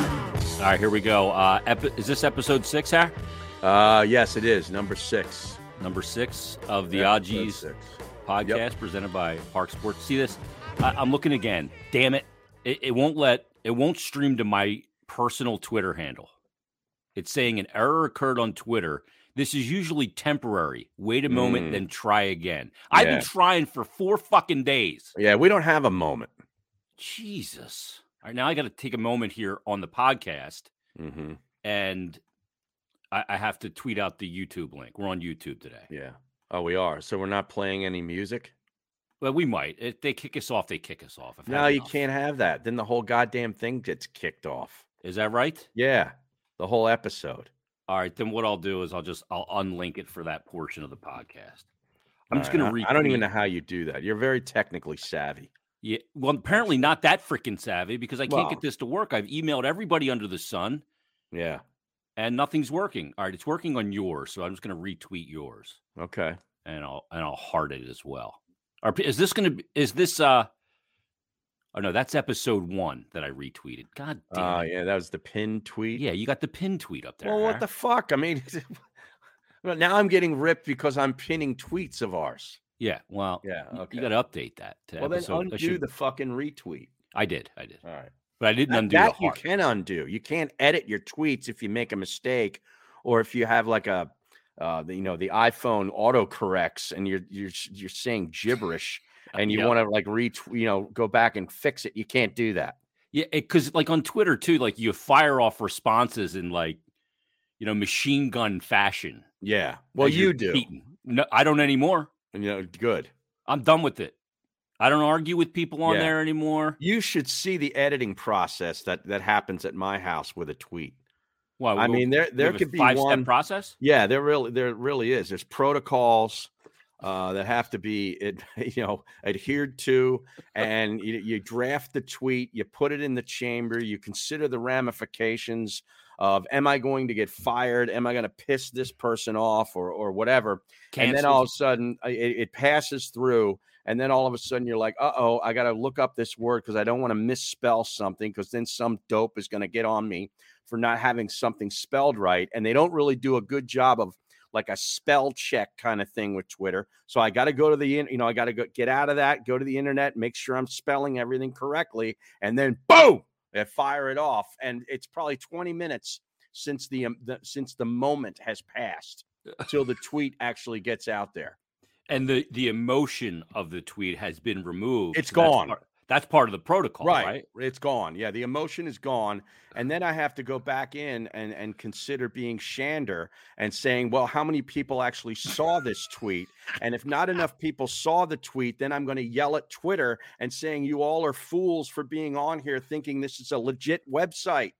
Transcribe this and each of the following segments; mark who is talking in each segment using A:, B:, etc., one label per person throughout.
A: All right, here we go. Uh, epi- is this episode six, Hack?
B: Uh, yes, it is number six.
A: Number six of the
B: Episode
A: Odgies
B: six.
A: podcast
B: Yep.
A: presented by Park Sports. See this? I, I'm looking again. Damn it. it! It won't let. It won't stream to my personal Twitter handle. It's saying an error occurred on Twitter. This is usually temporary. Wait a moment,
B: Mm.
A: then try again. I've
B: Yeah.
A: been trying for four fucking days.
B: Yeah, we don't have a moment.
A: Jesus. All right, now I got to take a moment here on the podcast
B: hmm
A: and I, I have to tweet out the YouTube link. We're on YouTube today,
B: Yeah. Oh, we are. So we're not playing any music.
A: but we might. If they kick us off, they kick us off. I've had
B: No, you
A: enough.
B: can't have that. Then the whole goddamn thing gets kicked off.
A: Is that right?
B: Yeah, the whole episode.
A: All right, then what I'll do is I'll just I'll unlink it for that portion of the podcast. I'm
B: All
A: just
B: right,
A: gonna
B: I-
A: read.
B: I don't even know how you do that. You're very technically savvy.
A: Yeah, well, apparently not that freaking savvy because I can't
B: Well-
A: get this to work. I've emailed everybody under the sun
B: Yeah.
A: and nothing's working. All right, it's working on yours, so I'm just gonna retweet yours.
B: Okay.
A: and I'll and I'll heart it as well. Are, is this going to is this uh oh no, that's episode one that I retweeted. God damn.
B: Uh,
A: it.
B: yeah, that was the pin tweet.
A: yeah. you got the pin tweet up there.
B: Well, what the fuck? I mean, well, now I'm getting ripped because I'm pinning tweets of ours.
A: yeah, well,
B: Yeah.
A: y- you got to update that to
B: well, then
A: episode.
B: undo
A: I, should-
B: the fucking retweet.
A: I did, I did,
B: All right.
A: but I didn't
B: That,
A: undo the
B: that you
A: heart.
B: can undo. You can't edit your tweets if you make a mistake, or if you have like a, uh, the, you know, the iPhone auto corrects and you're you're s- you're saying gibberish and you
A: Yeah.
B: want to like retweet, you know, go back and fix it. You can't do that.
A: Yeah, because like on Twitter too, like you fire off responses in like you know machine gun fashion.
B: Yeah. Well,
A: as you're
B: you do.
A: tweeting. No, I don't anymore.
B: You know, good.
A: I'm done with it. I don't argue with people on
B: Yeah.
A: there anymore.
B: You should see the editing process that that happens at my house with a tweet.
A: Why?
B: I
A: we-
B: mean, there
A: we
B: there
A: have a
B: could be
A: five-step
B: one
A: process.
B: Yeah, there really there really is. There's protocols uh, that have to be ad- you know adhered to, and you, you draft the tweet, you put it in the chamber, you consider the ramifications of am I going to get fired? Am I going to piss this person off or or whatever? And then all of a sudden uh, it, it passes through. And then all of a sudden you're like, uh oh, I got to look up this word because I don't want to misspell something because then some dope is going to get on me for not having something spelled right. And they don't really do a good job of like a spell check kind of thing with Twitter. So I got to go to the, in- you know, I got to go, get out of that, go to the internet, make sure I'm spelling everything correctly. And then boom, they fire it off. And it's probably 20 minutes since the, um, the since the moment has passed till the tweet actually gets out there.
A: and the the emotion of the tweet has been removed.
B: It's
A: so that's
B: gone.
A: part- That's part of the protocol, right?
B: It's gone. Yeah, the emotion is gone. And then I have to go back in and, and consider being Shander and saying, well, how many people actually saw this tweet? And if not enough people saw the tweet, then I'm going to yell at Twitter and saying, you all are fools for being on here thinking this is a legit website.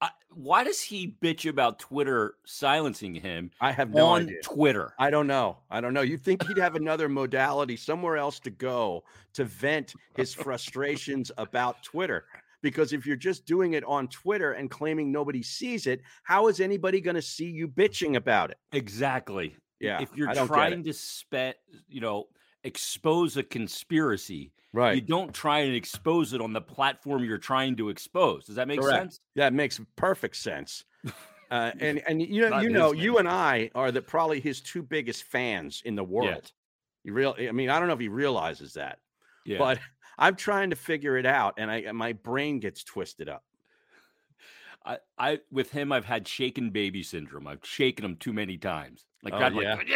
A: I, why does he bitch about Twitter silencing him
B: I have no
A: on
B: idea.
A: Twitter?
B: I don't know. I don't know. You'd think he'd have another modality somewhere else to go to vent his frustrations about Twitter. Because if you're just doing it on Twitter and claiming nobody sees it, how is anybody going to see you bitching about it?
A: exactly.
B: Yeah.
A: If you're
B: I don't get it.
A: trying to spe- you know, expose a conspiracy, you
B: right.
A: don't try and expose it on the platform you're trying to expose. Does that make
B: Correct.
A: sense?
B: That makes perfect sense. Uh, and and you know
A: Not
B: you
A: his
B: know
A: thing.
B: you and I are the probably his two biggest fans in the world. You real I mean I don't know if he realizes that,
A: Yeah.
B: but I'm trying to figure it out, and I my brain gets twisted up.
A: I, I with him, I've had shaken baby syndrome. I've shaken him too many times. Like,
B: Oh,
A: I'm like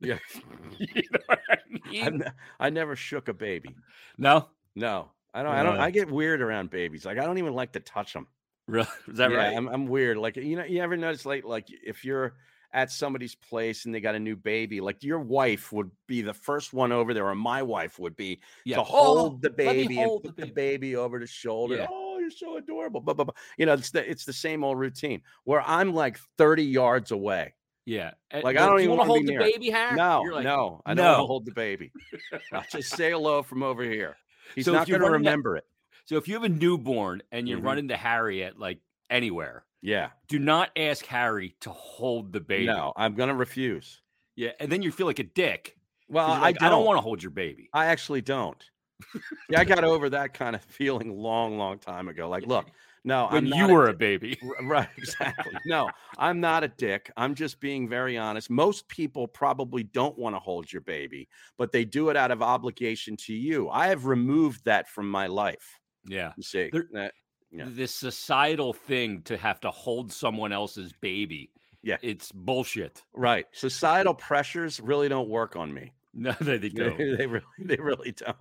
B: Yeah.
A: you know what I mean?
B: I've ne- I never shook a baby.
A: no,
B: No, I don't. I don't.
A: Uh,
B: I get weird around babies. Like I don't even like to touch them.
A: really? Is that
B: yeah,
A: right?
B: I'm, I'm weird. Like you know, you ever notice like like if you're at somebody's place and they got a new baby, like your wife would be the first one over there, or my wife would be
A: yeah. Oh!
B: to
A: hold-
B: hold the
A: let me
B: baby and
A: hold the
B: put the
A: baby.
B: baby over the shoulder.
A: Yeah.
B: Oh, you're so adorable. Blah, blah, blah. You know, it's the it's the same old routine where I'm like 30 yards away.
A: yeah. And-
B: Like, I
A: well,
B: don't
A: do
B: even
A: you wanna
B: wanna be
A: hold the
B: near it.
A: baby, Harry?
B: No,
A: Ah, You're like,
B: no, I don't
A: "No."
B: want to hold the baby. I'll just say hello from over here. He's
A: So if
B: not
A: you're
B: going to
A: running that-
B: remember it.
A: So if you have a newborn and you
B: Mhm.
A: run into Harry at like anywhere,
B: Yeah.
A: do not ask Harry to hold the baby.
B: No, I'm going to refuse.
A: Yeah, and then you feel like a dick.
B: Well,
A: 'cause you're like,
B: Uh, I, don't,
A: want to hold your baby.
B: I actually don't. yeah, I got over that kind of feeling long, long time ago. Like, look, No,
A: when
B: I'm
A: you
B: not
A: were
B: a,
A: a baby.
B: dick. right. Exactly. no, I'm not a dick. I'm just being very honest. Most people probably don't want to hold your baby, but they do it out of obligation to you. I have removed that from my life.
A: Yeah.
B: You see,
A: There-
B: That- Yeah.
A: This societal thing to have to hold someone else's baby.
B: Yeah.
A: It's bullshit.
B: right? Societal pressures really don't work on me.
A: No, they they don't.
B: they really, they really don't.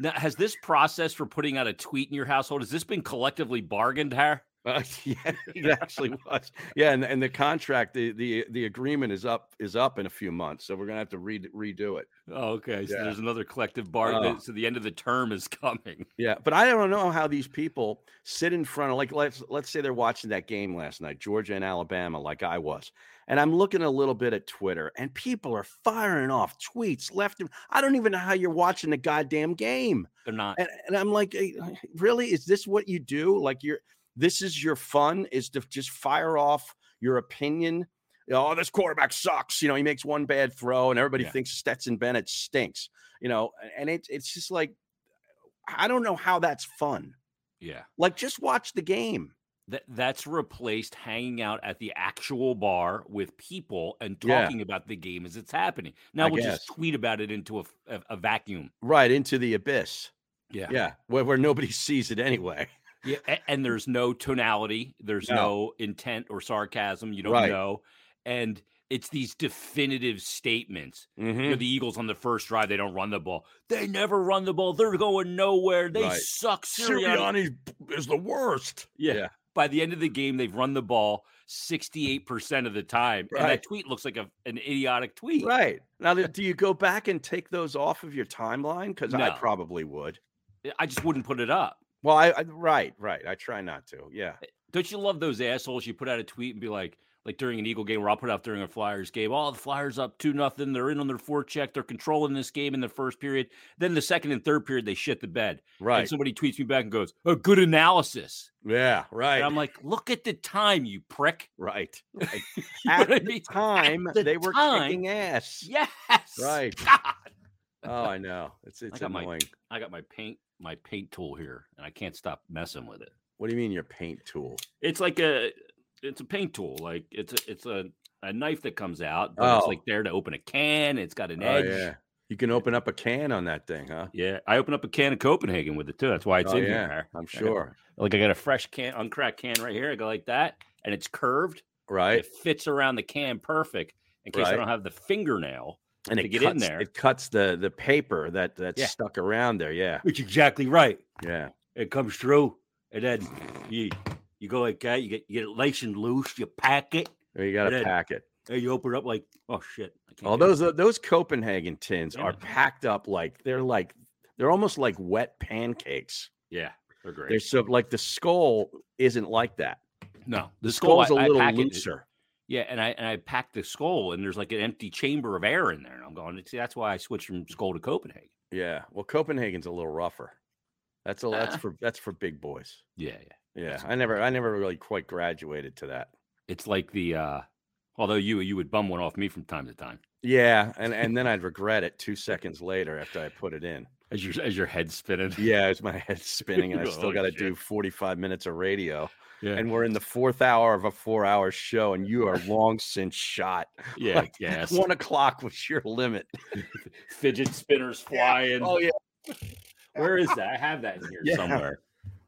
A: Now, has this process for putting out a tweet in your household has this been collectively bargained here?
B: Uh, yeah, it actually was. Yeah, and, and the contract, the, the the agreement is up is up in a few months, so we're gonna have to re- redo it.
A: Oh, okay, so
B: Yeah.
A: there's another collective bargain.
B: Oh.
A: So the end of the term is coming.
B: Yeah, but I don't know how these people sit in front of like let's let's say they're watching that game last night, Georgia and Alabama, like I was, and I'm looking a little bit at Twitter, and people are firing off tweets left and I don't even know how you're watching the goddamn game.
A: They're not.
B: and, and I'm like, "Eh, really? Is this what you do? Like, you're this is your fun is to just fire off your opinion. You know, Oh, this quarterback sucks. You know, he makes one bad throw, and everybody
A: Yeah.
B: thinks Stetson Bennett stinks. You know, and it's it's just like, I don't know how that's fun.
A: Yeah,
B: Like, just watch the game.
A: that that's replaced hanging out at the actual bar with people and
B: Yeah.
A: talking about the game as it's happening. Now
B: I
A: we'll
B: guess.
A: just tweet about it into a, f- a- a vacuum.
B: Right into the abyss.
A: Yeah,
B: Yeah, where, where nobody sees it anyway.
A: yeah. And, there's no tonality. There's
B: No.
A: no, intent or sarcasm. You don't
B: Right.
A: know, and it's these definitive statements.
B: Mhm.
A: you know, the Eagles on the first drive, they don't run the ball. They never run the ball. They're going nowhere. They
B: Right.
A: suck. Sirianni.
B: Sirianni is the worst.
A: Yeah.
B: Yeah.
A: By the end of the game, they've run the ball 68% of the time. And
B: Right.
A: that tweet looks like a, an idiotic tweet.
B: Right. Now, th- do you go back and take those off of your timeline? Because I
A: No.
B: probably would.
A: I just wouldn't put it up.
B: Well, I, I right, right. I try not to. Yeah.
A: Don't you love those assholes? You put out a tweet and be like, like during an Eagle game, or I'll put out during a Flyers game, oh, the Flyers up 2 nothing. They're in on their four check. They're controlling this game in the first period. Then the second and third period, they shit the bed.
B: Right.
A: And somebody tweets me back and goes, oh, good analysis.
B: yeah. Right.
A: And I'm like, look at the time, you prick.
B: right. right.
A: You know
B: At
A: what I
B: the
A: mean?
B: time
A: the
B: they were
A: time-
B: kicking ass.
A: Yes.
B: Right.
A: God.
B: Oh, I know. It's it's
A: got my-
B: annoying.
A: I got my paint, my paint tool here, and I can't stop messing with it.
B: What do you mean your paint tool?
A: It's like a, it's a paint tool. Like it's a, it's a, a knife that comes out, but it's
B: Oh.
A: like there to open a can. It's got an
B: Oh,
A: edge.
B: yeah. You can open up a can on that thing, huh?
A: Yeah, I open up a can of Copenhagen with it too. That's why it's
B: Oh,
A: in
B: yeah.
A: here.
B: I'm
A: got-
B: sure.
A: Like I got a fresh can, uncracked can right here. I go like that, and it's curved.
B: Right.
A: It fits around the can perfect in case
B: Right.
A: I don't have the fingernail.
B: and
A: to
B: it
A: get
B: cuts,
A: in there.
B: It cuts the the paper that that's
A: Yeah.
B: stuck around there. Yeah.
A: Which exactly right.
B: Yeah.
A: it comes through, and then you you go like that. You get you get it nice and loose. You pack it,
B: You got to
A: Red.
B: pack it.
A: and you open it up like oh shit. I can't
B: Oh,
A: get it."
B: those those Copenhagen tins
A: Yeah.
B: are packed up like they're like they're almost like wet pancakes.
A: yeah, they're great.
B: They're so like the skull isn't like that.
A: no,
B: The,
A: the skull is
B: skull's a
A: a
B: little
A: pack it-
B: looser.
A: yeah, and I and I pack the skull, and there's like an empty chamber of air in there, and I'm going. See, that's why I switched from skull to Copenhagen.
B: Yeah. Well, Copenhagen's a little rougher. That's a that's
A: Ah.
B: for that's for big boys.
A: Yeah, yeah.
B: Yeah.
A: That's-
B: I never I never really quite graduated to that.
A: It's like the uh although you you would bum one off me from time to time
B: Yeah, and and then I'd regret it 2 seconds later after I put it in.
A: as your as your head spinning.
B: Yeah, it's my head spinning and I
A: You're
B: still
A: like,
B: got to
A: Oh, "Shit."
B: do 45 minutes of radio.
A: Yeah.
B: And we're in the fourth hour of a four hour show, and you are long since shot.
A: Yeah,
B: Like,
A: yes.
B: One o'clock was your limit.
A: Fidget spinners flying.
B: Oh yeah.
A: Where is that? I have that in here
B: Yeah.
A: somewhere.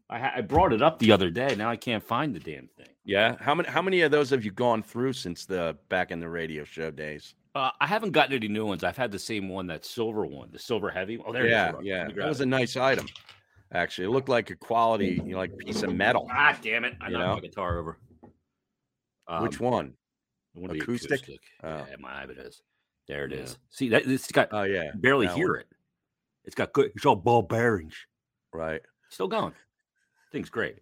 A: I, ha- I brought it up the other day. Now I can't find the damn thing.
B: Yeah. How many how many of those have you gone through since the back in the radio show days?
A: Uh, I haven't gotten any new ones. I've had the same one, that silver one, the silver heavy. one. Oh, there
B: yeah,
A: it is.
B: yeah.
A: Let me
B: That
A: grab
B: was
A: it.
B: a nice item. Actually, it looked like a quality, you know, like piece of metal.
A: ah, damn it! I
B: you
A: knocked
B: know?
A: my guitar over.
B: Which
A: Um,
B: one?
A: it wouldn't be
B: acoustic? Oh.
A: Yeah, my it is. There it
B: Yeah.
A: is. See that it's got
B: Oh yeah,
A: I barely
B: that
A: hear it. It's got good. It's all ball bearings.
B: right.
A: Still going. Thing's great.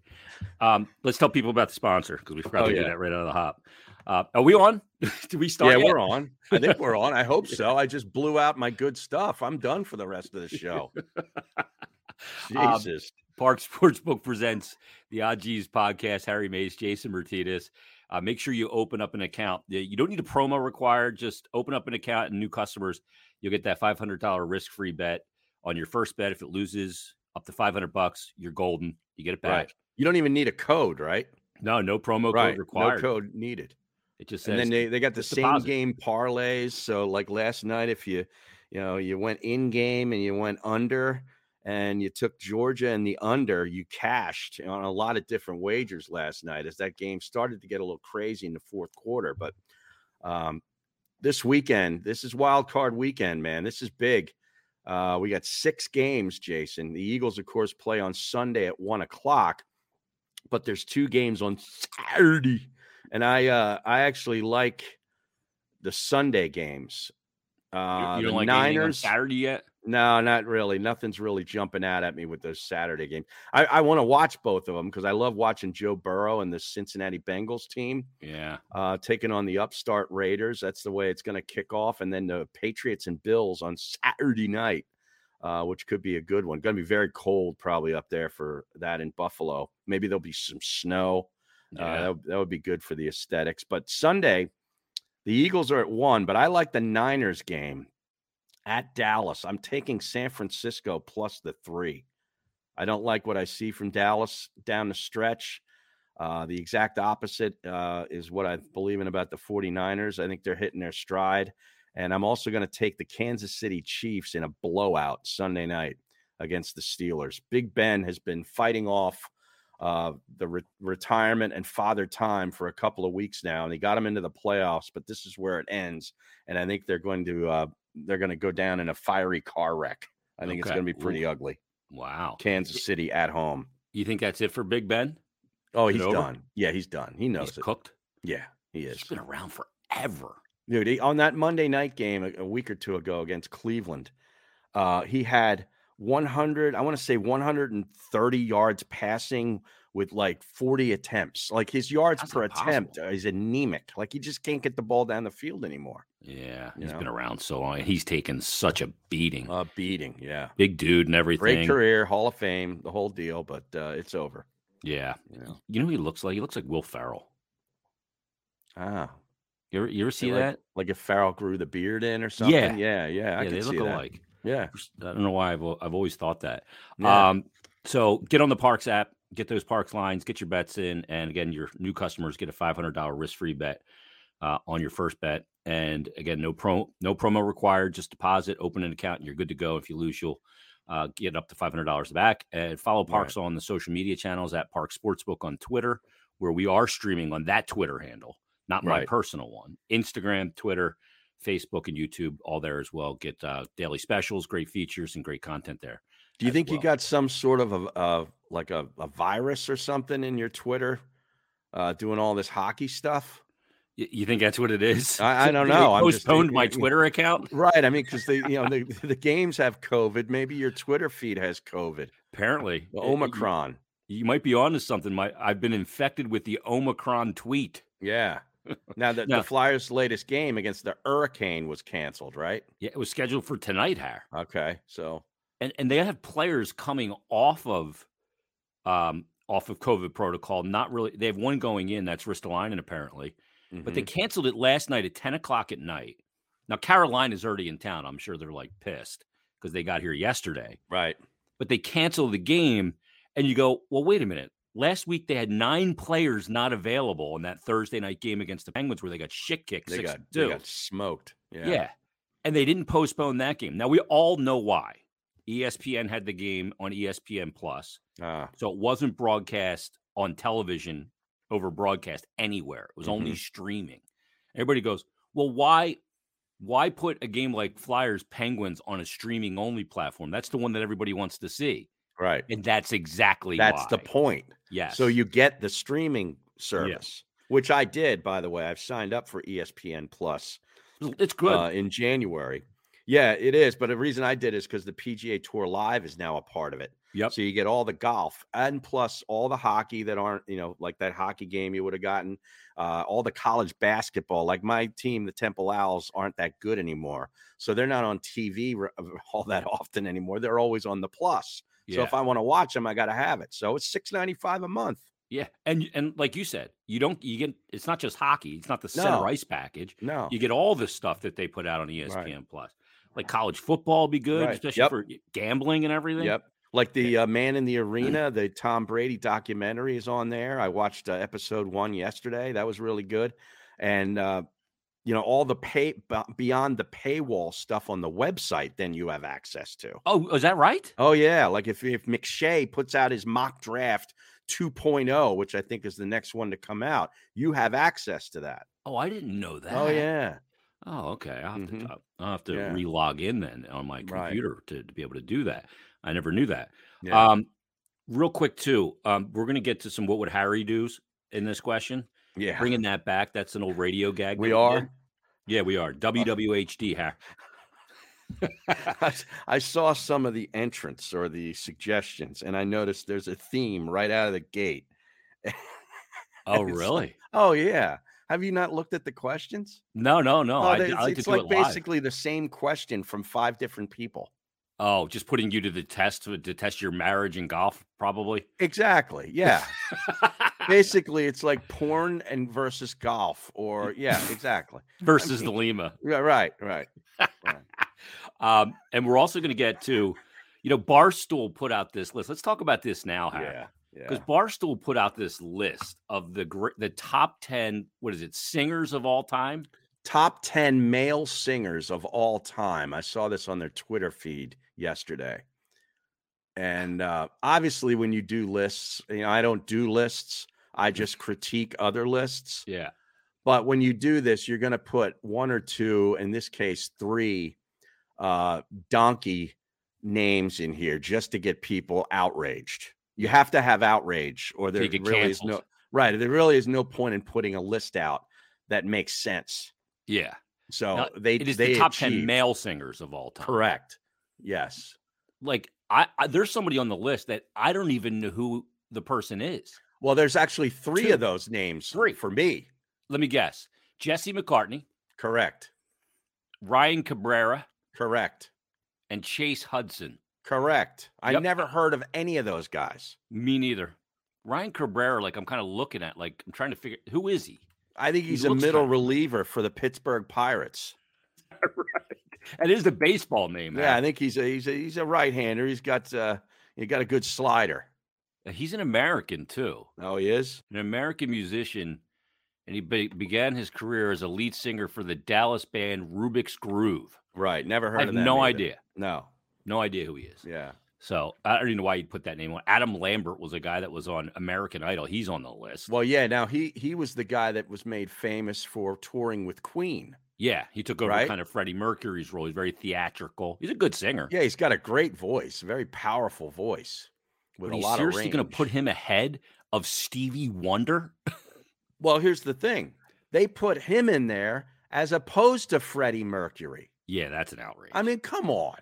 A: Um, let's tell people about the sponsor because we forgot
B: Oh,
A: to do
B: yeah.
A: that right out of the hop. Uh, are we on? Did we start?
B: yeah,
A: yet?
B: we're on. I think we're on. I hope so. I just blew out my good stuff. I'm done for the rest of the show.
A: Um,
B: Jesus.
A: Park Sportsbook presents the OGs podcast. Harry Mays, Jason Martinez. Uh, make sure you open up an account. Y- You don't need a promo required. Just open up an account and new customers, you'll get that five hundred dollar risk free bet on your first bet. If it loses up to five hundred bucks, you're golden. You get it back.
B: Right. You don't even need a code, right?
A: No, no promo
B: right.
A: code required.
B: No code needed.
A: It just says
B: And then they, they got the
A: just
B: same
A: deposit.
B: game parlays. So like last night, if you you know you went in game and you went under and you took Georgia and the under, you cashed on a lot of different wagers last night as that game started to get a little crazy in the fourth quarter. But um, this weekend, this is wild card weekend, man. This is big. Uh, we got six games, Jason. The Eagles, of course, play on Sunday at one o'clock, but there's two games on Saturday, and I uh, I actually like the Sunday games.
A: you,
B: Uh,
A: you
B: the
A: don't like anything on
B: Niners.
A: Saturday yet.
B: No, not really. Nothing's really jumping out at me with those Saturday games. I, I want to watch both of them because I love watching Joe Burrow and the Cincinnati Bengals team
A: Yeah,
B: uh, taking on the upstart Raiders. That's the way it's going to kick off. And then the Patriots and Bills on Saturday night, uh, which could be a good one. Going to be very cold probably up there for that in Buffalo. Maybe there'll be some snow. Uh,
A: Yeah.
B: that, would- that would be good for the aesthetics. But Sunday, the Eagles are at one, but I like the Niners game at Dallas. I'm taking San Francisco plus the three. I don't like what I see from Dallas down the stretch. Uh, the exact opposite uh, is what I believe in about the 49ers. I think they're hitting their stride. And I'm also going to take the Kansas City Chiefs in a blowout Sunday night against the Steelers. Big Ben has been fighting off uh, the re- retirement and father time for a couple of weeks now, and he got him into the playoffs. But this is where it ends, and I think they're going to uh, they're going to go down in a fiery car wreck. I think it's
A: Okay.
B: going to be pretty ugly.
A: wow.
B: Kansas City at home.
A: You think that's it for Big Ben?
B: Oh,
A: Is it
B: he's
A: over?
B: done. Yeah, he's done. He knows
A: He's
B: it.
A: cooked.
B: Yeah, he is.
A: He's been around forever.
B: Dude, he, on that Monday night game a, a week or two ago against Cleveland, uh, he had 100, I want to say 130 yards passing with like 40 attempts. Like his yards
A: That's
B: per
A: impossible.
B: attempt is anemic. Like he just can't get the ball down the field anymore.
A: Yeah,
B: You
A: he's
B: know?
A: been around so long. He's taken such a beating.
B: Uh, beating, yeah.
A: Big dude and
B: Great
A: Mm. everything.
B: career, Hall of Fame, the whole deal, but uh, it's over.
A: Yeah.
B: You know?
A: You know who he looks like? He looks like Will Farrell.
B: Ah,
A: You ever, you ever see
B: like,
A: that?
B: Like if Farrell grew the beard in or something. Yeah, yeah, I
A: yeah,
B: can
A: they
B: see
A: look
B: that.
A: alike.
B: Yeah.
A: I don't know why I've, al- I've always thought that.
B: yeah.
A: Um, so get on the Parks app, get those Parks lines, get your bets in, and again, your new customers get a five hundred dollar risk free bet uh, on your first bet. And again, no pro no promo required. Just deposit, open an account, and you're good to go. If you lose, you'll uh, get up to five hundred dollars back. And follow
B: Right.
A: Parks on the social media channels at Park Sportsbook on Twitter, where we are streaming on that Twitter handle, not my
B: Right.
A: personal one. Instagram, Twitter. Facebook and YouTube, all there as well. Get uh, daily specials, great features, and great content there.
B: Do you
A: as
B: think you
A: well.
B: got some sort of a, a like a, a virus or something in your Twitter, uh, doing all this hockey stuff?
A: Y- You think that's what it is?
B: I- I don't
A: They
B: know. I'm just
A: postponed my
B: thinking-
A: Twitter account.
B: Right. I mean, because the you know the, the games have COVID. Maybe your Twitter feed has COVID.
A: Apparently,
B: The
A: It- you-
B: Omicron.
A: You, might be onto something. My I've been infected with the Omicron tweet.
B: Yeah. Now the,
A: No.
B: the Flyers' latest game against the Hurricane was canceled, right?
A: Yeah, it was scheduled for tonight, Har.
B: Okay. So
A: and and they have players coming off of, um, off of COVID protocol. Not really. They have one going in that's Ristolainen apparently, but they
B: mhm.
A: canceled it last night at ten o'clock at night. Now Carolina's already in town. I'm sure they're like pissed because they got here yesterday.
B: mm-hmm. right.
A: but they cancel the game and you go well wait a minute last week they had nine players not available in that thursday night game against the penguins where they got shit kicked
B: They
A: six
B: got,
A: two
B: they got smoked. Yeah.
A: yeah. and they didn't postpone that game now we all know why E espn had the game on E espn plus
B: Ah,
A: so it wasn't broadcast on television over broadcast anywhere it was only
B: Mm-hmm.
A: streaming everybody goes well why why put a game like flyers penguins on a streaming only platform that's the one that everybody wants to see
B: right.
A: and that's exactly
B: That's the
A: why.
B: point.
A: Yes.
B: So you get the streaming service, which I did, by the way. I've signed up for E ESPN Plus
A: it's good.
B: uh, in January. Yeah, it is. But the reason I did is because the PGA Tour Live is now a part of it.
A: yep.
B: So you get all the golf and plus all the hockey that aren't, you know, like that hockey game you would have gotten, uh, all the college basketball. Like my team, the Temple Owls, aren't that good anymore. So they're not on TV re- uh, all that often anymore. They're always on the plus. So
A: yeah.
B: if I want to watch them, I got to have it. So it's six ninety five a month.
A: yeah. And and like you said, you don't you get it's not just hockey. It's not the
B: No.
A: center ice package.
B: No,
A: You get all the stuff that they put E out on ESPN Plus. Like college football would be good,
B: Right.
A: especially
B: Yep.
A: for y- gambling and everything.
B: Yep. Like the uh, Man in the Arena, the Tom Brady documentary is on there. I watched uh, episode one yesterday. That was really good. And, uh, you know, all the pay b- beyond the paywall stuff on the website, then you have access to.
A: Oh, is that right?
B: Oh yeah, like if if McShay puts out his mock draft 2.0, which I think is the next one to come out, you have access to that.
A: Oh, I didn't know that.
B: Oh yeah.
A: Oh, okay. I have
B: Mhm.
A: to I have to
B: Yeah.
A: re-log in then on my
B: Right.
A: computer to, to be able to do that. I never knew that.
B: Yeah.
A: Um, real quick too. Um, we're gonna get to some what would Harry do's in this question.
B: yeah.
A: Bringing that back. That's an old radio gag.
B: we
A: that
B: are. Oh.
A: did. Yeah, we are. WWHD Harry.
B: I s- I saw some of the entrants or the suggestions, and I noticed there's a theme right out of the gate.
A: Oh,
B: It's-
A: really?
B: Oh yeah. Have you not looked at the questions?
A: No, no, no. I,
B: Oh, they-
A: I like to
B: it's
A: do
B: like
A: it live.
B: basically the same question from five different people.
A: Oh, just putting you to the test to, to test your marriage and golf, probably.
B: Exactly. Yeah. Basically, it's like porn and versus golf, or yeah, exactly.
A: Versus the
B: mean-
A: Lima.
B: Yeah, right, right.
A: Um, and we're also going to get to, you know, Barstool put out this list. Let's talk about this now, Harry.
B: Yeah, yeah.
A: Because Barstool put out this list of the gr- the top ten, what is it, singers of all time?
B: Top 10 male singers of all time. I saw this on their Twitter feed yesterday. And uh, obviously, when you do lists, you know, I don't do lists,
A: Mm-hmm.
B: I just critique other lists.
A: Yeah,
B: But when you do this, you're going to put one or two, in this case, three uh, donkey names in here just to get people outraged. You have to have outrage, or there
A: They get
B: really is no
A: canceled.
B: right. There really is no point in putting a list out that makes sense.
A: yeah.
B: So
A: Now,
B: they
A: It is
B: they
A: the top ten
B: achieved-
A: male singers of all time.
B: Correct. Yes.
A: Like I, I, there's somebody on the list that I don't even know who the person is.
B: Well, there's actually three
A: Two.
B: of those names
A: Three.
B: for me.
A: Let me guess: Jesse McCartney,
B: Correct.
A: Ryan Cabrera,
B: Correct.
A: and Chase Hudson.
B: Correct. I
A: Yep.
B: never heard of any of those guys.
A: Me neither. Ryan Cabrera, like I'm kind of looking at, like I'm trying to figure who is he,
B: I think
A: He
B: he's a
A: looks
B: middle
A: kinda-
B: reliever for the Pittsburgh Pirates.
A: and is the baseball name.
B: Yeah, I think he's a he's a he's a right hander. He's got uh he got a good slider.
A: Al. Uh, he's an American too,
B: Oh, he is?
A: an American musician, and he be- began his career as a lead singer for the Dallas band Rubik's Groove.
B: Right. Never heard
A: I have
B: of that.
A: no idea,
B: No.
A: no idea who he is.
B: Yeah.
A: So I don't even know why you'd put that name on. Adam Lambert was a guy that was on American Idol. He's on the list.
B: Well, yeah, now he he was the guy that was made famous for touring with Queen.
A: yeah, he took over
B: Right.
A: kind of Freddie Mercury's role. He's very theatrical. He's a good singer.
B: Yeah, he's got a great voice, very powerful voice with
A: But
B: a
A: he's
B: lot
A: seriously
B: of
A: going
B: range.
A: to put him ahead of Stevie Wonder?
B: Well, here's the thing. They put him in there as opposed to Freddie Mercury.
A: Yeah, that's an outrage.
B: I mean, come on.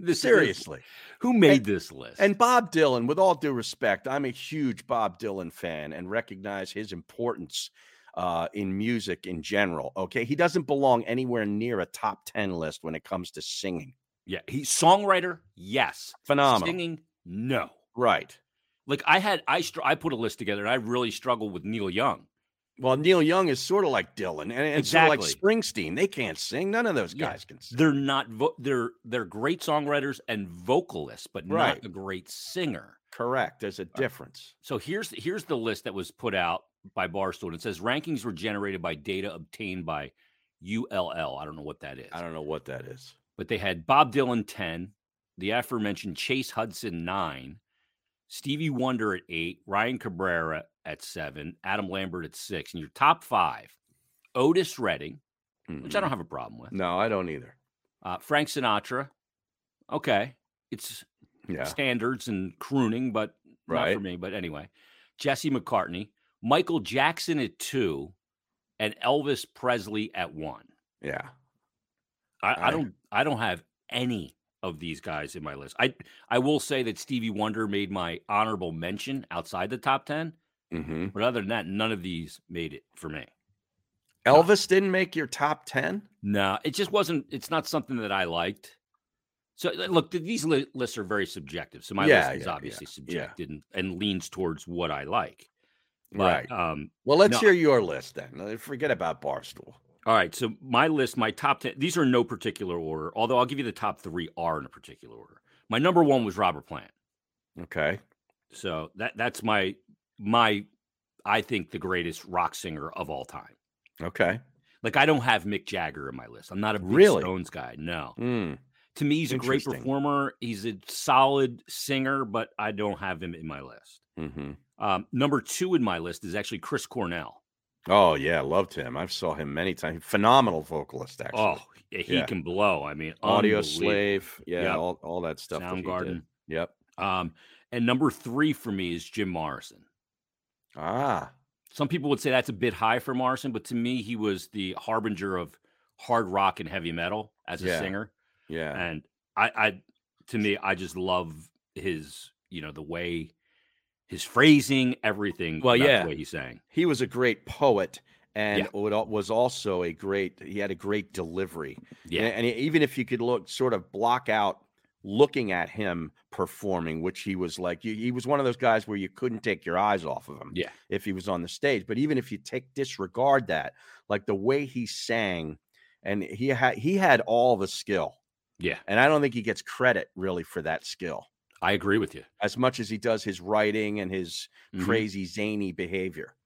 A: this
B: Seriously.
A: who made this list?
B: And Bob Dylan, with all due respect, I'm a huge Bob Dylan fan and recognize his importance uh, in music in general. Okay. He doesn't belong anywhere near a top 10 list when it comes to singing.
A: yeah, he songwriter, yes.
B: Phenomenal.
A: Singing, no.
B: Right.
A: Like I had, I str- I put a list together, and I really struggled with Neil Young.
B: Well, Neil Young is sort of like Dylan and, and sort
A: Exactly.
B: of like Springsteen. They can't sing. None of those
A: Yeah.
B: guys can sing.
A: They're not, vo- they're they're great songwriters and vocalists, but
B: Right.
A: not a great singer.
B: Correct. There's a difference.
A: So here's here's the list that was put out by Barstool. And it says rankings were generated by data obtained by ULL. I don't know what that is.
B: I don't know what that is.
A: but they had Bob Dylan 10, the aforementioned Chase Hudson 9, Stevie Wonder at 8, Ryan Cabrera at 7, Adam Lambert at 6, and your top 5, Otis Redding, which I
B: Mhm.
A: don't have a problem with.
B: No, I don't either.
A: Uh, Frank Sinatra. Okay, it's
B: Yeah.
A: standards and crooning, but not
B: Right.
A: for me, but anyway. Jesse McCartney, Michael Jackson at 2, and Elvis Presley at 1.
B: Yeah.
A: I, I
B: I-
A: don't I don't have any of these guys in my list. I I will say that Stevie Wonder made my honorable mention outside the top ten,
B: hmm
A: but other than that, none of these made it for me.
B: Elvis didn't make your top 10?
A: No, it just wasn't. It's not something that I liked. So uh, look, th- these li- lists are very subjective. So my
B: Yeah,
A: list is
B: yeah, yeah,
A: obviously
B: yeah.
A: subjective and, and leans towards what I like. But,
B: right.
A: Um.
B: Well, let's
A: No.
B: hear your list then. Uh, Forget about Barstool.
A: All right. So my list, my top ten. These are in no particular order. Although I'll give you the top three are in a particular order. My number one was Robert Plant.
B: Okay.
A: So that that's my my I think the greatest rock singer of all time.
B: Okay.
A: Like I don't have Mick Jagger in my list. I'm not a big
B: Really?
A: Stones guy. No.
B: Mm,
A: To me, he's a great
B: Interesting.
A: performer. He's a solid singer, but I don't have him in my list.
B: mhm.
A: Um, number two in my list is actually Chris Cornell.
B: Oh yeah, loved him. I've saw him many times. Phenomenal vocalist, actually.
A: Oh, he
B: Yeah.
A: can blow. I mean,
B: Audio
A: unbelievable.
B: Slave. Yeah,
A: Yep.
B: all, all that stuff. that he did.
A: Soundgarden.
B: Yep.
A: Um, and number three for me is Jim Morrison.
B: Ah.
A: Some people would say that's a bit high for Morrison, but to me, he was the harbinger of hard rock and heavy metal as a
B: Yeah.
A: singer.
B: Yeah.
A: And I, I, to me, I just love his, you know, the way his phrasing, everything.
B: Well,
A: about
B: yeah.
A: the way he sang.
B: he was a great poet and would al- was also a great he had a great delivery
A: Yeah,
B: and, and even if you could look sort of block out looking at him performing which he was like you, he was one of those guys where you couldn't take your eyes off of him
A: Yeah.
B: if he was on the stage but even if you take disregard that like the way he sang and he had he had all the skill
A: yeah,
B: and i don't think he gets credit really for that skill
A: I agree with you.
B: as much as he does his writing and his
A: Mhm.
B: crazy zany behavior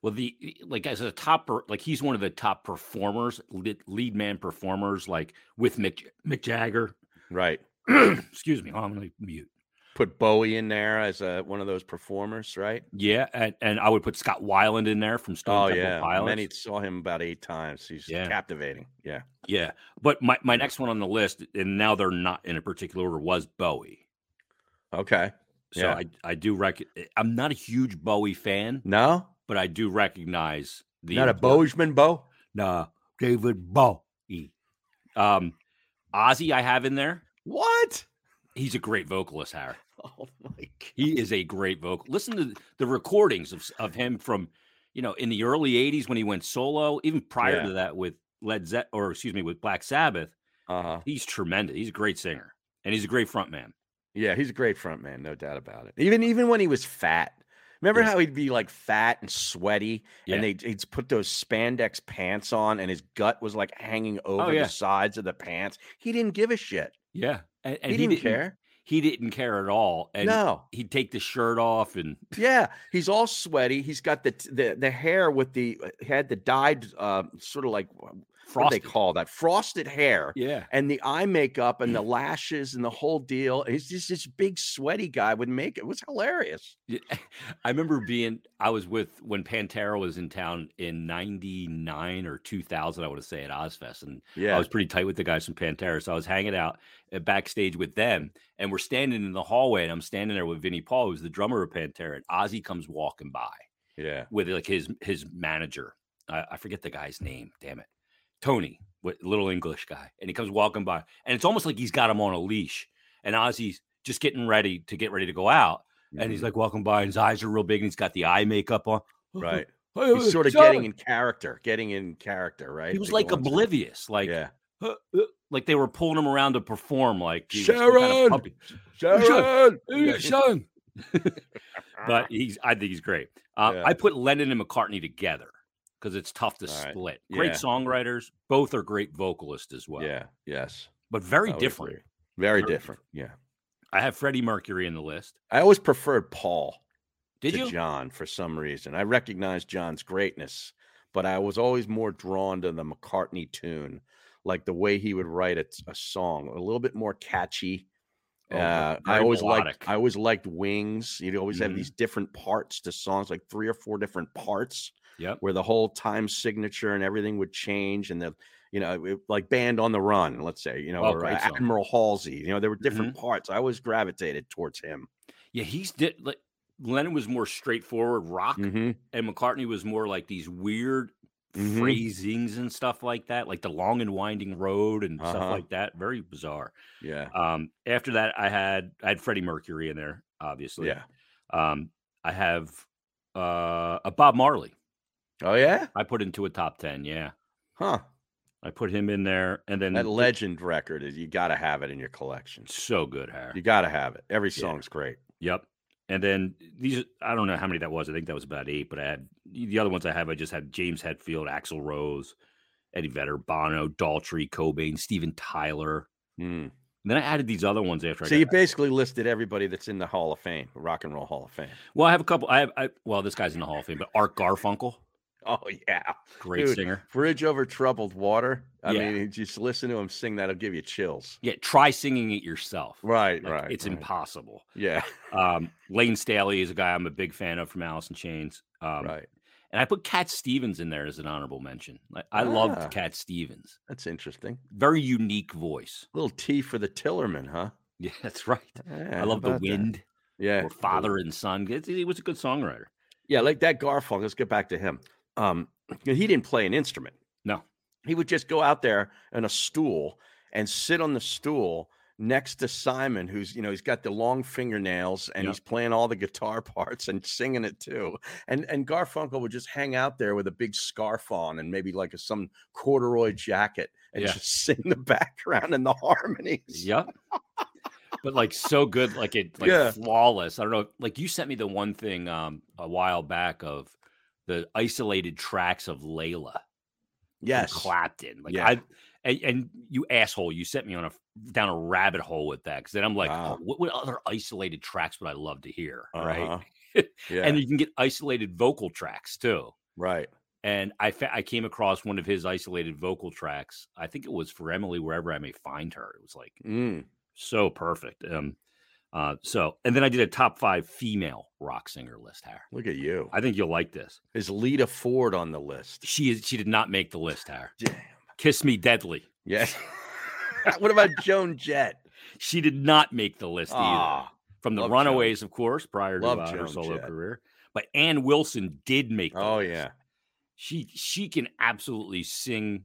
A: Well, the e, like as a top, per- like he's one of the top performers, lead, lead man performers, like with Mick Mick Jagger.
B: right
A: Excuse me, oh, I'm gonna mute.
B: put Bowie in there as a one of those performers, right?
A: Yeah, and, and I would put Scott Weiland in there from Stone
B: oh
A: Temple
B: yeah,
A: Pilots.
B: many saw him about eight times. He's
A: Yeah.
B: captivating. Yeah.
A: Yeah, but my, my next one on the list, and now they're not in a particular order, was Bowie.
B: Okay.
A: So
B: Yeah.
A: I I do rec- eh, I'm not a huge Bowie fan,
B: No,
A: but I do recognize the
B: not a
A: import-
B: Bozeman Bo.
A: Nah, David Bowie. Um, Ozzy, I have in there.
B: What?
A: He's a great vocalist, Harry.
B: Oh my god.
A: He is a great vocal. Listen to the recordings of, of him from, you know, in the early 80s when he went solo, even prior
B: Yeah.
A: to that with Led Ze or excuse me, with Black Sabbath.
B: Uh-huh.
A: He's tremendous. He's a great singer and he's a great frontman.
B: Yeah, he's a great front man, no doubt about it. Even even when he was fat. Remember
A: Yes.
B: how he'd be like fat and sweaty,
A: Yeah.
B: and they'd, he'd put those spandex pants on, and his gut was like hanging over
A: Oh, yeah.
B: the sides of the pants. He didn't give a shit.
A: Yeah. And, and
B: he, didn't care.
A: He didn't care at all. And
B: no,
A: he'd take the shirt off and
B: Yeah, he's all sweaty. He's got the the, the hair with the he had the dyed uh, sort of like what do
A: frosted.
B: they call that frosted hair,
A: Yeah. Mm.
B: and the eye makeup and the lashes and the whole deal. He's just this big sweaty guy with makeup. It was hilarious.
A: Yeah. I remember being, I was with when Pantera was in town in 99 or 2000, I want to say at Ozfest. And
B: Yeah,
A: I was pretty tight with the guys from Pantera. So I was hanging out uh, backstage with them, and we're standing in the hallway, and I'm standing there with Vinnie Paul, who's the drummer of Pantera, and Ozzy comes walking by
B: yeah,
A: with like his his manager. I, I forget the guy's name. Damn it, Tony, what little English guy, and he comes walking by, and it's almost like he's got him on a leash, and Ozzy's just getting ready to get ready to go out, and
B: Mm-hmm.
A: he's like walking by, and his eyes are real big, and he's got the eye makeup on.
B: right.
A: Hey,
B: He's sort of
A: Charlie.
B: getting in character, getting in character, right?
A: He was
B: to
A: like
B: go on stage.
A: oblivious, like
B: yeah,
A: "Uh, uh," like they were pulling him around to perform. Like he was some
B: Sharon!
A: puppet.
B: Sharon! Yeah,
A: but he's. I think he's great. Uh,
B: Yeah.
A: I put Lennon and McCartney together because it's tough to
B: All right.
A: split. Great
B: Yeah.
A: songwriters, both are great vocalists as well.
B: yeah, yes,
A: but very
B: I would
A: different.
B: agree. very
A: Very
B: different. Yeah,
A: I have Freddie Mercury in the list.
B: I always preferred Paul.
A: Did
B: to
A: you?
B: John for some reason. I recognized John's greatness, but I was always more drawn to the McCartney tune, like the way he would write a, a song, a little bit more catchy.
A: Oh, ve-
B: uh, I
A: very
B: always
A: melodic.
B: liked. I always liked Wings. You'd always
A: Mhm.
B: have these different parts to songs, like three or four different parts,
A: Yep.
B: where the whole time signature and everything would change, and the you know, it- like Band on the Run, let's say, you know,
A: Oh,
B: or
A: great
B: uh,
A: song. Mm-hmm.
B: Admiral Halsey. You know, there were different parts. I always gravitated towards him.
A: Yeah, he's did. Like, Lennon was more straightforward rock,
B: Mhm.
A: and McCartney was more like these weird
B: Mhm.
A: phrasings and stuff like that, like the long and winding road and
B: Uh-huh.
A: stuff like that. Very bizarre.
B: Yeah,
A: Um, after that, I had I had Freddie Mercury in there, obviously.
B: yeah.
A: Um, I have uh, a Bob Marley.
B: Oh yeah,
A: I put into a top ten. Yeah,
B: huh?
A: I put him in there, and then
B: That legend record is you got to have it in your collection.
A: so good,
B: You
A: Harry.
B: got to have it. Every
A: Yeah.
B: song's great.
A: Yep. And then these, I don't know how many that was. I think that was about eight. But I had the other ones I have. I just had James Hetfield, Axl Rose, Eddie Vedder, Bono, Daltrey, Cobain, Steven Tyler,
B: Mm.
A: And then I added these other ones after.
B: So
A: I
B: you
A: got,
B: basically listed everybody that's in the Hall of Fame, Rock and Roll Hall of Fame.
A: well, I have a couple. I have. I, well, this guy's in the Hall of Fame, but Art Garfunkel,
B: Oh yeah,
A: great
B: Dude.
A: singer.
B: Bridge over troubled water. I
A: Yeah.
B: mean, just listen to him sing that'll give you chills.
A: Yeah, try singing it yourself.
B: Right,
A: Like,
B: right.
A: it's
B: right.
A: impossible.
B: Yeah,
A: Um, Lane Staley is a guy I'm a big fan of from Alice in Chains. Um,
B: right.
A: And I put Cat Stevens in there as an honorable mention. Like, I
B: Ah.
A: loved Cat Stevens.
B: That's interesting.
A: Very unique voice.
B: Little T for the Tillerman, huh?
A: Yeah, that's right.
B: Yeah,
A: I
B: how
A: love the
B: about that?
A: wind
B: Yeah,
A: or father and son. It's- He was a good songwriter.
B: Yeah, like that Garfunkel. Let's get back to him. Um, he didn't play an instrument.
A: No.
B: he would just go out there on a stool and sit on the stool next to Simon, who's you know he's got the long fingernails and
A: Yep.
B: he's playing all the guitar parts and singing it too. And and Garfunkel would just hang out there with a big scarf on and maybe like a, some corduroy jacket and
A: Mm. Yeah.
B: just sing the background and the harmonies.
A: Yep. but like so good, like it like
B: Yeah.
A: flawless. I don't know. Like you sent me the one thing um a while back of the isolated tracks of Layla from
B: Yes.
A: Clapton. Like
B: Yeah.
A: I and, and you asshole, you sent me on a down a rabbit hole with that because then I'm like,
B: Wow.
A: oh, what, what other isolated tracks would I love to hear? Right.
B: Uh-huh. yeah.
A: And you can get isolated vocal tracks too.
B: right.
A: and I fa- I came across one of his isolated vocal tracks. I think it was for Emily, wherever I may find her. It was like
B: Mm.
A: so perfect. Um, uh, so and then I did a top five female rock singer list. Har,
B: Look at you.
A: I think you'll like this.
B: Is Lita Ford on the list?
A: She is she did not make the list. Har,
B: Damn.
A: Kiss Me Deadly.
B: Yes. what about Joan Jett?
A: She did not make the list either.
B: Ah,
A: From the
B: love
A: Runaways, of course, prior to
B: Love
A: uh, her
B: Joan
A: solo
B: Jett.
A: career. But Ann Wilson did make. The
B: oh
A: list.
B: yeah.
A: she she can absolutely sing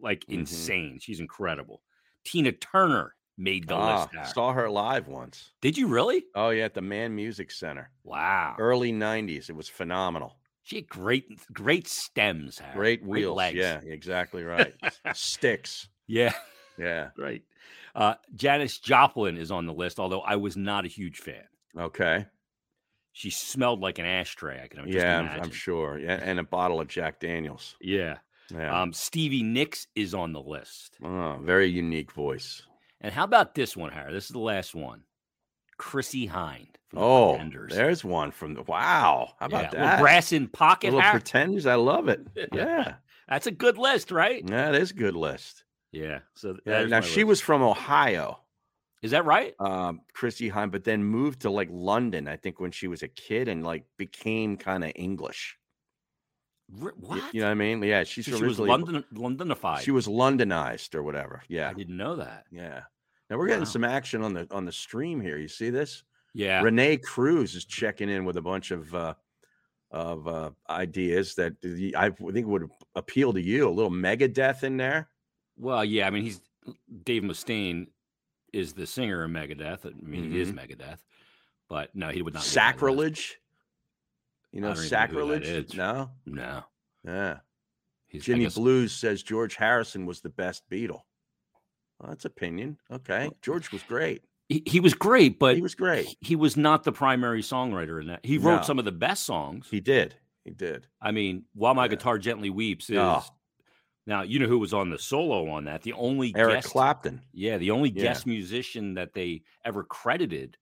A: like
B: Mhm.
A: insane. She's incredible. Tina Turner made the
B: Ah,
A: list. Howard.
B: saw her live once.
A: Did you really?
B: Oh yeah, at the Man Music Center,
A: Wow.
B: early '90s. It was phenomenal.
A: She had great great stems. Howard.
B: Great wheels.
A: legs.
B: Yeah, exactly right. Sticks.
A: Yeah.
B: Yeah.
A: Right. Uh, Janice Joplin is on the list, although I was not a huge fan.
B: Okay.
A: She smelled like an ashtray. I can just
B: yeah, I'm- I'm,
A: imagine.
B: sure. Yeah, and a bottle of Jack Daniels.
A: Yeah.
B: Yeah.
A: Um, Stevie Nicks is on the list.
B: oh, very unique voice.
A: And how about this one, Howard? This is the last one. Chrissy Hind from the
B: Oh,
A: Pretenders.
B: there's one from the. Wow. How about
A: yeah,
B: that?
A: Little brass in pocket.
B: Little
A: Howard.
B: pretenders. I love it. Yeah.
A: That's a good list, right?
B: That is a good list.
A: Yeah. So th- that
B: Mm-hmm. Yeah,
A: is
B: now
A: my
B: she
A: list.
B: was from Ohio,
A: Is that right?
B: um, Christy Hine, but then moved to like London, I think, when she was a kid and like became kind of English.
A: R-
B: Y-
A: What?
B: You know what I mean? Yeah, she's
A: So she was
B: originally-
A: London Londonified.
B: She was Londonized or whatever. Yeah,
A: I didn't know that.
B: yeah. Now we're getting
A: Wow.
B: some action on the on the stream here. You see this?
A: Yeah.
B: Renee Cruz is checking in with a bunch of uh, of uh, ideas that y- I think would appeal to you. A little Megadeth in there.
A: Well, yeah. I mean, he's Dave Mustaine is the singer in Megadeth. I mean, he is Megadeth, but no, he would not. make that list.
B: Mm-hmm. sacrilege. You know,
A: I don't even know who that
B: sacrilege.
A: is.
B: No.
A: No.
B: Yeah.
A: He's, I
B: Jimmy
A: guess-
B: Blues says George Harrison was the best Beatle. Well, that's opinion. Okay. George was great.
A: He, he was great, but
B: He was great.
A: he- he was not the primary songwriter in that. He wrote
B: No.
A: some of the best songs.
B: He did. He did.
A: I mean, while my
B: Yeah.
A: guitar gently weeps is
B: Oh.
A: now you know who was on the solo on that. The only
B: Eric
A: guest,
B: Clapton.
A: yeah, the only
B: Yeah.
A: guest musician that they ever credited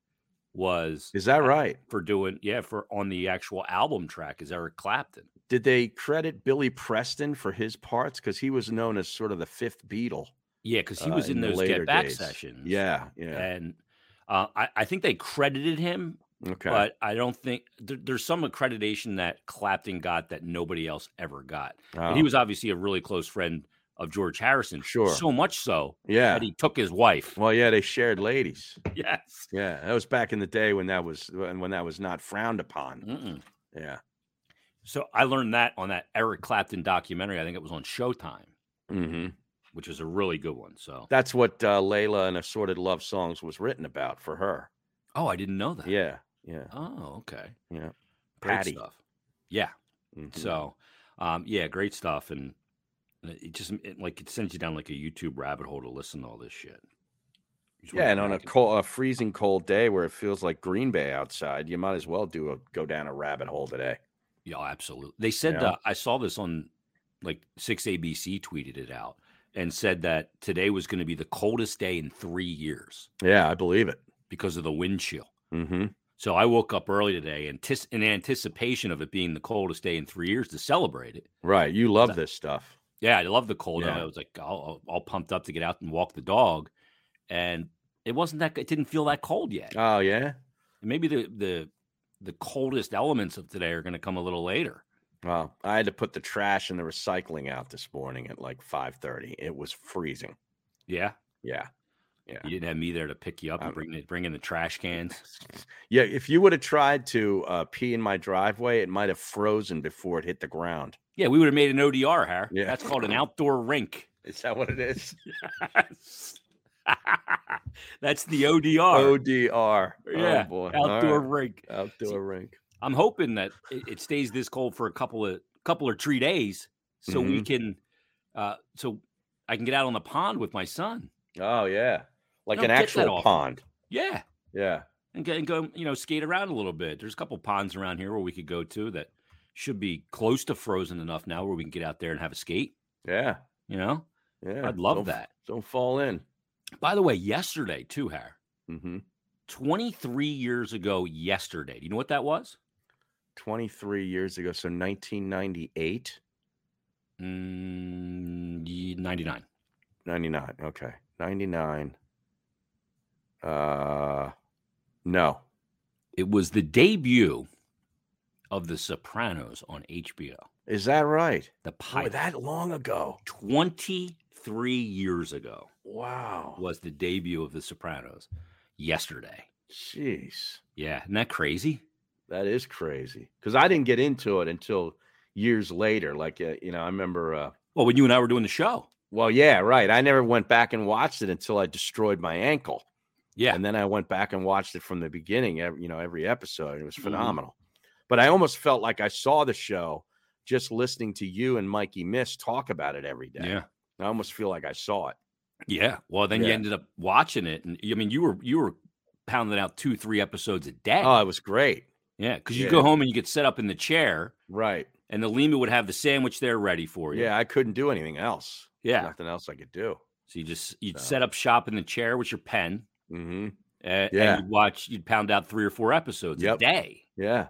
A: was
B: Is that right?
A: for doing yeah for on the actual album track is Eric Clapton.
B: Did they credit Billy Preston for his parts? Because he was known as sort of the fifth Beatle.
A: Yeah, because he
B: uh,
A: was in,
B: the
A: those
B: later
A: Get Back
B: days.
A: sessions.
B: Yeah. Yeah.
A: and uh, I, I think they credited him,
B: Okay.
A: but I don't think there, there's some accreditation that Clapton got that nobody else ever got. And he
B: Oh,
A: was obviously a really close friend of George Harrison.
B: Sure.
A: so much so
B: yeah.
A: that he took his wife.
B: Well, yeah, they shared ladies.
A: Yes.
B: Yeah, that was back in the day when that was when when that was not frowned upon.
A: Mm-mm.
B: Yeah.
A: So I learned that on that Eric Clapton documentary. I think it was on Showtime,
B: hmm
A: which is a really good one. So
B: That's what uh, Layla and Assorted Love Songs was written about for her.
A: oh, I didn't know that.
B: Yeah, yeah.
A: Oh, okay.
B: Yeah.
A: Great
B: Patty.
A: stuff. Yeah.
B: mhm.
A: So, um, yeah, great stuff, and it it just it, like it sends you down like a YouTube rabbit hole to listen to all this shit. You just wanna
B: yeah, and on a
A: crack it.
B: cold, a freezing cold day where it feels like Green Bay outside, you might as well do a go down a rabbit hole today.
A: yeah, absolutely. They said
B: Yeah.
A: uh, I saw this on like six ABC tweeted it out. and said that today was going to be the coldest day in three years
B: Yeah, I believe it.
A: because of the wind chill.
B: Mm-hmm.
A: So I woke up early today antis- in anticipation of it being the coldest day in three years to celebrate it.
B: Right. You love this stuff.
A: Yeah, I love the cold.
B: Yeah.
A: I was like all, all pumped up to get out and walk the dog, and it wasn't that. It didn't feel that cold yet.
B: Oh yeah.
A: Maybe the the the coldest elements of today are going to come a little later.
B: Well, I had to put the trash and the recycling out this morning at like five thirty. It was freezing.
A: Yeah,
B: Yeah.
A: you didn't have me there to pick you up and
B: Um,
A: bring it, bring in the trash cans.
B: Yeah. If you would have tried to uh, pee in my driveway, it might have frozen before it hit the ground.
A: Yeah, we would have made an ODR, Har.
B: Yeah.
A: That's called an outdoor rink.
B: Is that what it is?
A: That's the ODR,
B: ODR.
A: Yeah,
B: Oh boy. All
A: outdoor
B: right.
A: rink.
B: outdoor rink.
A: I'm hoping that it, it stays this cold for a couple of couple or three days, so we can, uh, so I can get out on the pond with my son.
B: Oh yeah. Like
A: No,
B: an
A: get that
B: actual
A: off.
B: pond.
A: Yeah,
B: Yeah.
A: and go, and go, you know, skate around a little bit. There's a couple ponds around here where we could go to that should be close to frozen enough now where we can get out there and have a skate.
B: Yeah.
A: You know,
B: Yeah.
A: I'd love
B: Don't-
A: that.
B: Don't fall in.
A: By the way, yesterday too, Har.
B: Mm-hmm.
A: 23 years ago yesterday. Do you know what that was?
B: 23 years ago. So 1998,
A: Mm, ye- 99.
B: 99. Okay. 99. Uh, no.
A: It was the debut of The Sopranos on HBO.
B: Is that right?
A: The
B: Boy,
A: pilot.
B: Oh, that long ago.
A: 23 years ago
B: Wow.
A: was the debut of The Sopranos yesterday.
B: Jeez.
A: Yeah, isn't that crazy?
B: That is crazy. Because I didn't get into it until years later. Like, uh, you know, I remember, uh,
A: Well, when you and I were doing the show.
B: well, yeah, right. I never went back and watched it until I destroyed my ankle.
A: Yeah.
B: And then I went back and watched it from the beginning, ev- you know, every episode. It was
A: Mhm.
B: phenomenal. But I almost felt like I saw the show just listening to you and Mikey Miss talk about it every day.
A: Yeah.
B: I almost feel like I saw it.
A: Yeah. Well, then you
B: Yeah.
A: ended up watching it and I mean you were you were pounding out 2 3 episodes a day.
B: Oh, it was great.
A: yeah, cuz you
B: yeah.
A: go home and you get set up in the chair
B: Right.
A: and the Lima would have the sandwich there ready for you.
B: Yeah, I couldn't do anything else.
A: yeah.
B: Nothing else I could do.
A: So you just you'd
B: So-
A: set up shop in the chair with your pen,
B: hmm
A: and,
B: Yeah.
A: and you'd watch. You'd pound out three or four episodes a
B: Yep.
A: day.
B: Yeah.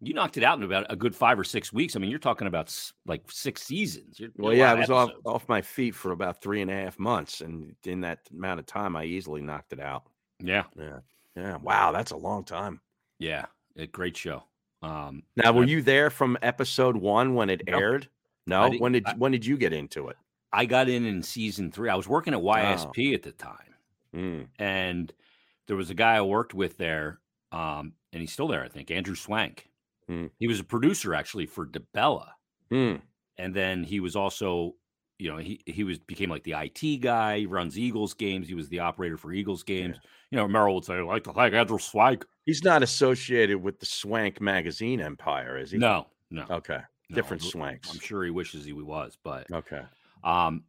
A: You knocked it out in about a good five or six weeks. I mean, you're talking about s- like six seasons. You're-
B: Well,
A: you're a
B: yeah, I
A: lot of
B: was off,
A: episodes.
B: off my feet for about three and a half months. And in that amount of time, I easily knocked it out.
A: Yeah,
B: Yeah. Wow. That's a long time.
A: yeah, a great show. Um,
B: Now, were
A: I-
B: you there from episode one when it
A: No.
B: aired?
A: I
B: No.
A: didn't-
B: When did
A: I-
B: when did you get into it?
A: I got in in season three. I was working at YSP at the time,
B: Mm.
A: and there was a guy I worked with there, um, and he's still there, I think. Andrew Swank.
B: Hmm.
A: He was a producer actually for DeBella.
B: Mm.
A: and then he was also you know he he was became like the IT guy he runs Eagles games he was the operator for Eagles games you know Merrill would say "I'd like to thank Andrew Swag
B: He's not associated with the Swank magazine empire, is he?
A: no no,
B: Okay.
A: no,
B: Different
A: I'm-
B: Swanks.
A: I'm sure he wishes he was but
B: Okay.
A: um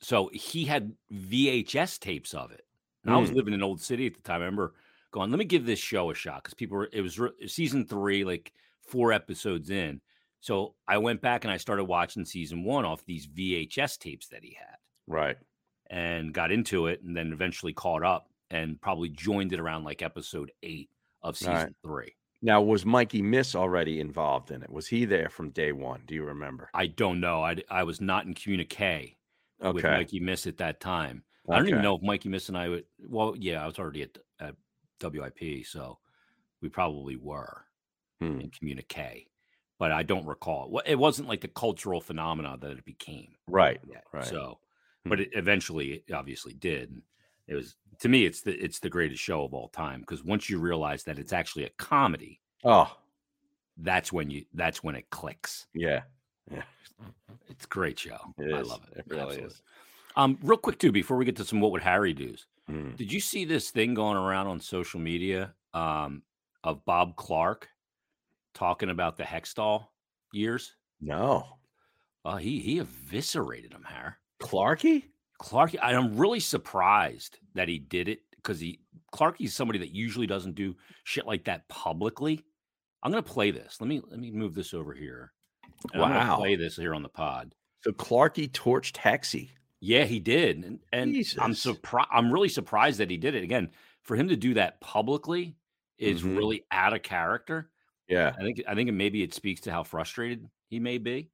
A: so he had VHS tapes of it and I was
B: Mm.
A: living in Old City at the time I remember going let me give this show a shot because people were it was re- season three like four episodes in so I went back and I started watching season one off these VHS tapes that he had.
B: Right.
A: and got into it and then eventually caught up and probably joined it around like episode eight of season
B: Right.
A: three.
B: Now, was Mikey Miss already involved in it? Was he there from day one? Do you remember?
A: I don't know. I, d- I was not in communique with
B: Okay.
A: Mikey Miss at that time. I don't even
B: okay.
A: know if Mikey Miss and I would. Well, yeah, I was already at, at WIP, so we probably were
B: Hmm.
A: in communique, but I don't recall. Wa- It wasn't like the cultural phenomena that it became.
B: Right.
A: yet.
B: right.
A: So,
B: Hmm.
A: but it eventually, it obviously, did. and It was to me, it's the it's the greatest show of all time because once you realize that it's actually a comedy,
B: Oh,
A: that's when you that's when it clicks.
B: yeah.
A: It's a great show.
B: It
A: I
B: is.
A: love it.
B: It really
A: Absolutely.
B: is.
A: Um, real quick too, before we get to some what would Harry do's,
B: Mm.
A: did you see this thing going around on social media um, of Bob Clark talking about the Hextall years?
B: No.
A: Uh, he he eviscerated him, Harry.
B: Clarky?
A: Clark, I- I'm really surprised that he did it because he Clarky's somebody that usually doesn't do shit like that publicly. I'm gonna play this. Let me let me move this over here. and I'm gonna
B: Wow.
A: play this here on the pod.
B: So Clarky torched Hexy.
A: Yeah, he did, and, and I'm
B: Jesus.
A: surprised. I'm really surprised that he did it again. For him to do that publicly is
B: Mhm.
A: really out of character.
B: Yeah.
A: I think I think maybe it speaks to how frustrated he may be.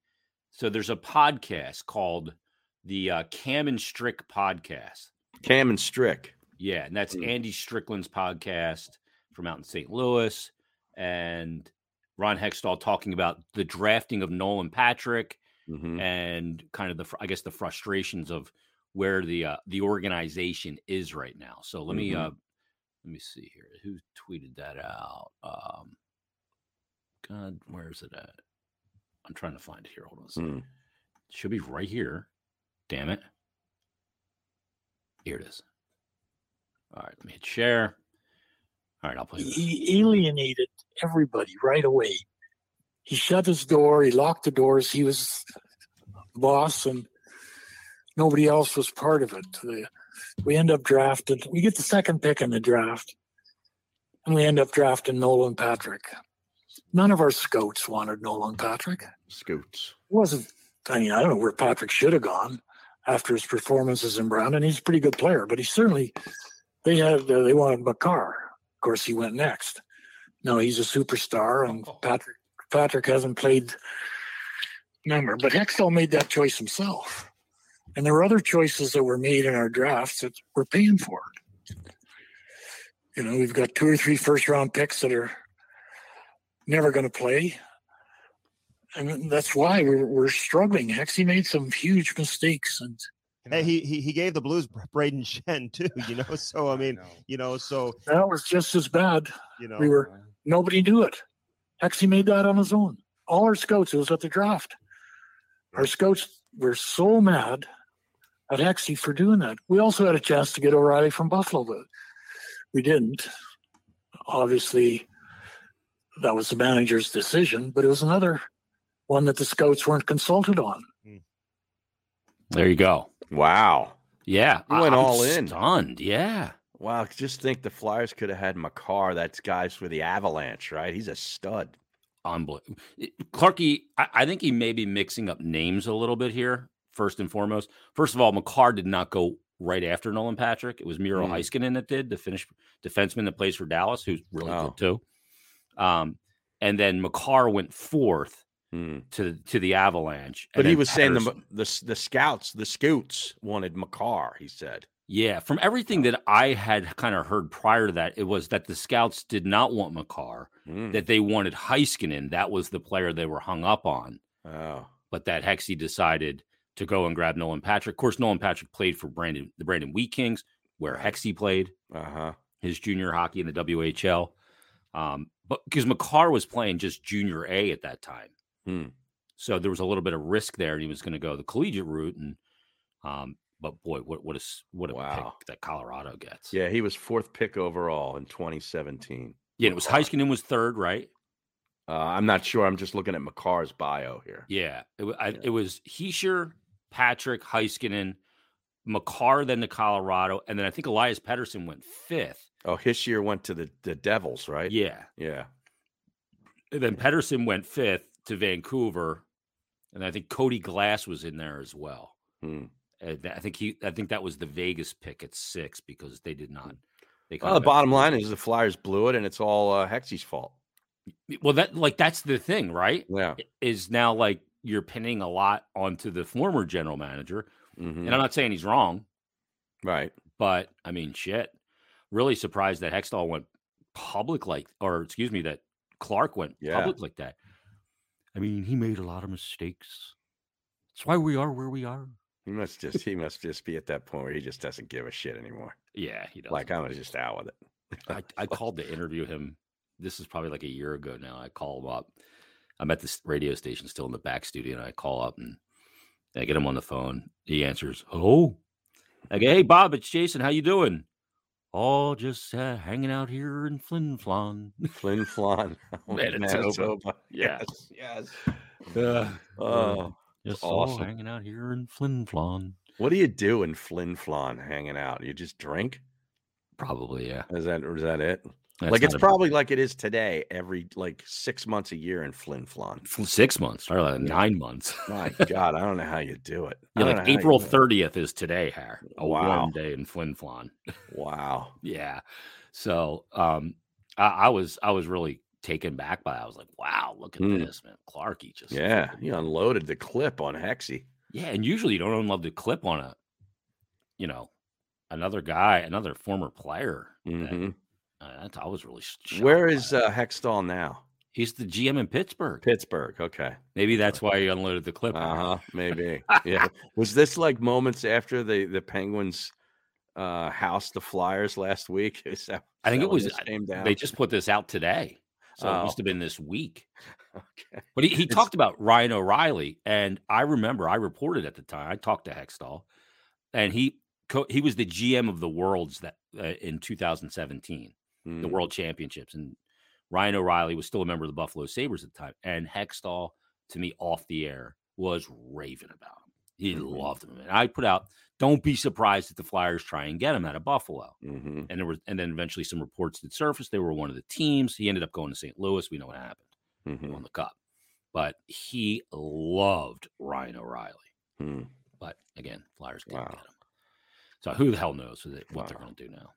A: So there's a podcast called the uh, Cam and Strick podcast.
B: Cam and Strick.
A: Yeah, and that's
B: Hmm.
A: Andy Strickland's podcast from out in St. Louis, and Ron Hextall talking about the drafting of Nolan Patrick
B: Mhm.
A: and kind of the fr- I guess the frustrations of where the uh, the organization is right now. So let me
B: Mhm.
A: uh, let me see here who tweeted that out. Um, God, where is it at? I'm trying to find it here. Hold on. A second.
B: Hmm.
A: Should be right here. Damn it. Here it is. All right, let me hit share. All right, I'll play. This.
C: he alienated everybody right away. He shut his door, he locked the doors, he was boss, and nobody else was part of it. The- We end up drafted, we get the second pick in the draft, and we end up drafting Nolan Patrick. None of our scouts wanted Nolan Patrick. It
B: Scoots.
C: wasn't, I mean, I don't know where Patrick should have gone after his performances in Brown, and he's a pretty good player, but he certainly, they had, uh, they wanted McCarr. Of course, he went next. No, he's a superstar, and Patrick Patrick hasn't played number, but Hextall made that choice himself. And there were other choices that were made in our drafts that we're paying for. You know, we've got two or three first round picks that are never going to play. And that's why we're, we're struggling. Hexy made some huge mistakes. And
D: Hey, he, he he gave the Blues Braden Shen too, you know. So I mean, you know, so
C: that was just as bad.
D: you know,
C: We were, nobody knew it. Hexy made that on his own. All our scouts, it was at the draft. Our scouts were so mad at Hexy for doing that. We also had a chance to get O'Reilly from Buffalo, but we didn't. Obviously, that was the manager's decision, but it was another one that the scouts weren't consulted on.
A: There you go.
B: Wow.
A: Yeah,
B: You went
A: I'm
B: all in.
A: Stunned. Yeah.
B: Wow. Just think the Flyers could have had McCarr. That's guys for the Avalanche, right? He's a stud.
A: unbelievable. Clarky, I, I think eh, he may be mixing up names a little bit here. First and foremost, first of all, McCarr did not go right after Nolan Patrick. It was Miro
B: Mm.
A: Heiskanen that did the Finnish defenseman that plays for Dallas, who's really
B: Oh.
A: good too. Um, and then McCarr went fourth
B: Hmm.
A: to to the Avalanche. and
B: But he
A: then
B: was saying the,
A: Patterson-
B: m- the s- the scouts, the scoots wanted McCarr. He said,
A: yeah. From everything
B: Oh.
A: that I had kind of heard prior to that, it was that the scouts did not want McCarr;
B: Hmm.
A: that they wanted Heiskanen. That was the player they were hung up on.
B: "Oh,
A: but that Hexy decided to go and grab Nolan Patrick. Of course, Nolan Patrick played for Brandon the Brandon Wheat Kings, where Hexy played
B: uh
A: uh-huh.
B: huh."
A: his junior hockey in the WHL. Um, but because McCarr was playing just junior A at that time,
B: Hmm.
A: so there was a little bit of risk there, and he was going to go the collegiate route. And um, but boy, what what a s- what a
B: Wow.
A: pick that Colorado gets.
B: Yeah, he was fourth pick overall in 2017.
A: yeah. and it was
B: McCarr.
A: Heiskanen was third, right?
B: Uh, I'm not sure. I'm just looking at McCarr's bio here.
A: Yeah, it, wa- I,
B: Yeah.
A: it was Heischer, Patrick, Heiskanen, McCarr, then to Colorado, and then I think Elias Pettersson went fifth.
B: Oh, his year went to the the Devils, right?
A: Yeah,
B: Yeah.
A: and then Pettersson went fifth to Vancouver, and I think Cody Glass was in there as well.
B: Hmm.
A: And I think he, I think that was the Vegas pick at six because they did not. They
B: Mm. Well, the uh, bottom line is the Flyers blew it, and it's all uh, Hexy's fault.
A: is, well, that like that's the thing, right?
B: Yeah.
A: Is now like you're pinning a lot onto the former general manager,
B: Mhm.
A: and I'm not saying he's wrong.
B: Right.
A: But I mean, shit. Really surprised that Hextall went public like, or excuse me, that Clark went
B: Yeah.
A: public like that. I mean, he made a lot of mistakes. That's why we are where we are.
B: He must just he must just be at that point where he just doesn't give a shit anymore.
A: Yeah, he does.
B: Like I'm just out with it.
A: I, I called to interview him. This is probably like a year ago now. I call him up. I'm at this radio station still in the back studio, and I call up and I get him on the phone. He answers, "Hello." I go, "Hey Bob, it's Jason. How you doing?" Oh, just uh, hanging out here in Flin Flon.
B: Flynn Flon. Oh,
A: Manitoba. Yeah.
B: Yes. Yes.
A: Uh,
B: Oh.
A: Just
B: all awesome.
A: hanging out here in Flin Flon.
B: What do you do in Flin Flon hanging out? You just drink?
A: Probably, yeah.
B: Is that or is that it?
A: That's
B: like it's
A: not a-
B: probably like it is today, every like six months a year in Flin Flon.
A: six months or like
B: Yeah.
A: nine months.
B: My God, I don't know how you do it. I
A: Yeah,
B: don't know
A: like
B: how you
A: April
B: do it.
A: 30th is today here. A
B: Wow.
A: warm day in Flin Flon.
B: Wow.
A: Yeah. So um I, I was I was really taken back by it. I was like, wow, look at
B: Hmm.
A: this, man. Clarky just
B: Yeah, you unloaded the clip on Hexy.
A: Yeah, and usually you don't love to clip on a you know, another guy, another former player. that-
B: Mhm.
A: uh, that's, I was really sh- shocked
B: Where
A: by
B: is
A: that.
B: uh, Hextall now?
A: he's the GM in Pittsburgh.
B: Pittsburgh. Okay.
A: Maybe that's why he unloaded the clip.
B: Uh huh. Maybe. Yeah. Was this like moments after the the Penguins uh housed the Flyers last week? Is that,
A: I
B: is
A: think it
B: that when
A: was-
B: this came down.
A: They just put this out today. So
B: Oh.
A: it must have been this week.
B: okay.
A: But he, he
B: It's-
A: talked about Ryan O'Reilly, and I remember I reported at the time. I talked to Hextall, and he co- he was the GM of the Worlds that uh, in 2017, the
B: Mm,
A: World Championships, and Ryan O'Reilly was still a member of the Buffalo Sabers at the time. And Hextall, to me, off the air, was raving about him. He
B: Mhm.
A: loved him, and I put out, "Don't be surprised if the Flyers try and get him out of Buffalo."
B: mhm.
A: And there was, and then eventually some reports did surface. They were one of the teams. He ended up going to St. Louis. We know what happened
B: Mhm.
A: won the cup. But he loved Ryan O'Reilly.
B: Hmm.
A: But again, Flyers didn't
B: Wow.
A: get him. So who the hell knows what, they, what they're
B: Wow.
A: going to do now?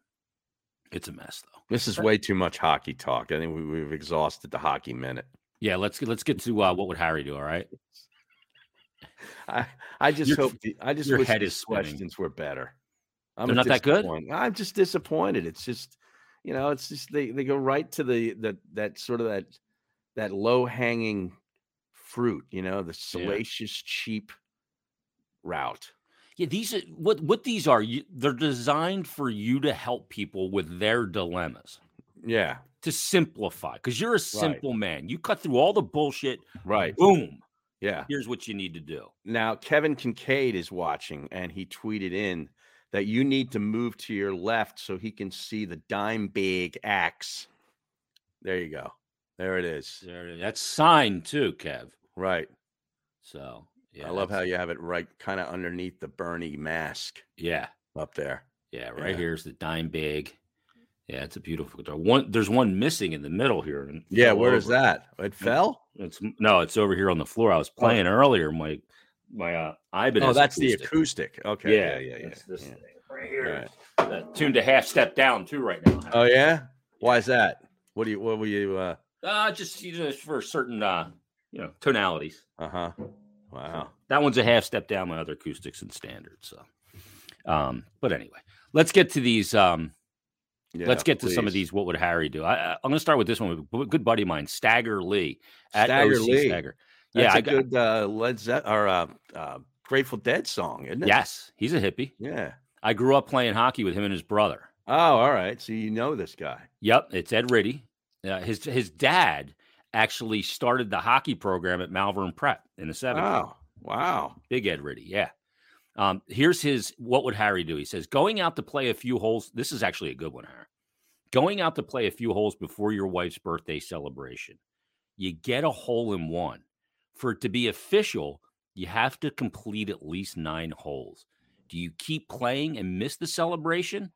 A: It's a mess, though.
B: This is way too much hockey talk. I think we, we've exhausted the hockey minute.
A: Yeah, let's get let's get to uh, what would Harry do? All right,
B: I, I just
A: Your-
B: hope the, I just
A: your
B: wish
A: head
B: these
A: is spinning.
B: questions were better. I'm
A: They're not that good?
B: disappointed. I'm just disappointed. It's just you know, it's just they, they go right to the that that sort of that that low hanging fruit. You know, the salacious cheap route.
A: yeah. These are- what what these are. You, they're designed for you to help people with their dilemmas
B: Yeah,
A: to simplify. Because you're a simple man. You cut through all the bullshit.
B: right.
A: Boom.
B: Yeah.
A: Here's what you need to do.
B: Now Kevin Kincaid is watching, and he tweeted in that you need to move to your left so he can see the dime big axe. There you go. There it is.
A: There it is. That's signed too, Kev.
B: Right.
A: So yeah,
B: I love
A: that's-
B: how you have it right kind of underneath the Bernie mask
A: yeah.
B: up there.
A: Yeah, right
B: Yeah.
A: here's the dime big. Yeah, it's a beautiful guitar. One there's one missing in the middle here. and it
B: Yeah,
A: fell
B: where is
A: over.
B: that? It fell?
A: It's no, it's over here on the floor. I was playing earlier. My my uh Ibanez.
B: Oh, that's the acoustic. Okay.
A: Yeah,
B: Yeah, yeah, yeah.
A: that's this
B: yeah.
A: thing right here.
B: Alright.
A: That tuned a half step down too right now.
B: Oh yeah? Why is that? What do you what were you uh
A: Uh just you know, for certain uh you know tonalities.
B: uh-huh. Wow.
A: Oh. That one's a half step down my other acoustics and standard. So um but anyway, let's get to these um
B: Yeah,
A: Let's get to some of
B: please.
A: these. What would Harry do? I, I- I'm going to start with this one. with A good buddy of mine, Stagger Lee.
B: Stagger
A: OC
B: Lee.
A: Yeah,
B: That's
A: I
B: a
A: got-
B: good uh, Led Ze- or uh, uh, Grateful Dead song, isn't it?
A: Yes, he's a hippie.
B: Yeah.
A: I grew up playing hockey with him and his brother.
B: Oh, all right. So you know this guy.
A: Yep, it's Ed Ritty. Uh, his his dad actually started the hockey program at Malvern Prep in the 70s.
B: Wow. Wow.
A: Big Ed Ritty, yeah. Um, here's his what would Harry do? He says, going out to play a few holes. This is actually a good one, Harry. Going out to play a few holes before your wife's birthday celebration. You get a hole in one. For it to be official, you have to complete at least nine holes. Do you keep playing and miss the celebration?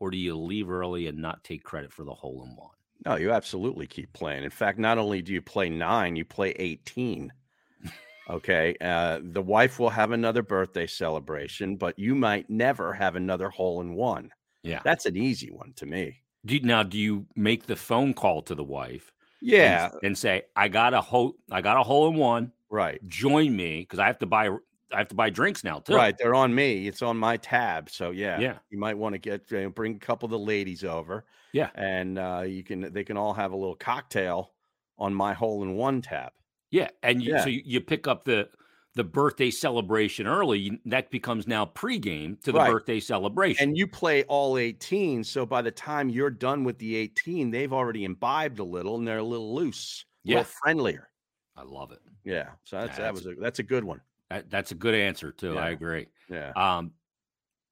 A: Or do you leave early and not take credit for the hole in one?
B: No, you absolutely keep playing. In fact, not only do you play nine, you play 18. Okay. Uh, the wife will have another birthday celebration, but you might never have another hole in one.
A: Yeah.
B: That's an easy one to me.
A: Do you, now, do you make the phone call to the wife? and
B: Yeah.
A: s- and, say, I got a hole, I got a hole in one.
B: Right.
A: join me because I have to buy I have to buy drinks now too.
B: Right. They're on me. It's on my tab. So, yeah.
A: Yeah.
B: You might want to get uh, bring a couple of the ladies over.
A: Yeah.
B: And uh, you can, they can all have a little cocktail on my hole in one tab.
A: Yeah. And you,
B: Yeah.
A: so you, you pick up the the birthday celebration early. you- That becomes now pregame to the
B: Right.
A: birthday celebration.
B: And you play all 18. So by the time you're done with the 18, they've already imbibed a little and they're a little loose, a little
A: Yeah.
B: friendlier.
A: I love it.
B: Yeah. So that's, that
A: That's-
B: was a, that's a good one.
A: That, that's a good answer too. I
B: Yeah.
A: agree.
B: Yeah.
A: Um,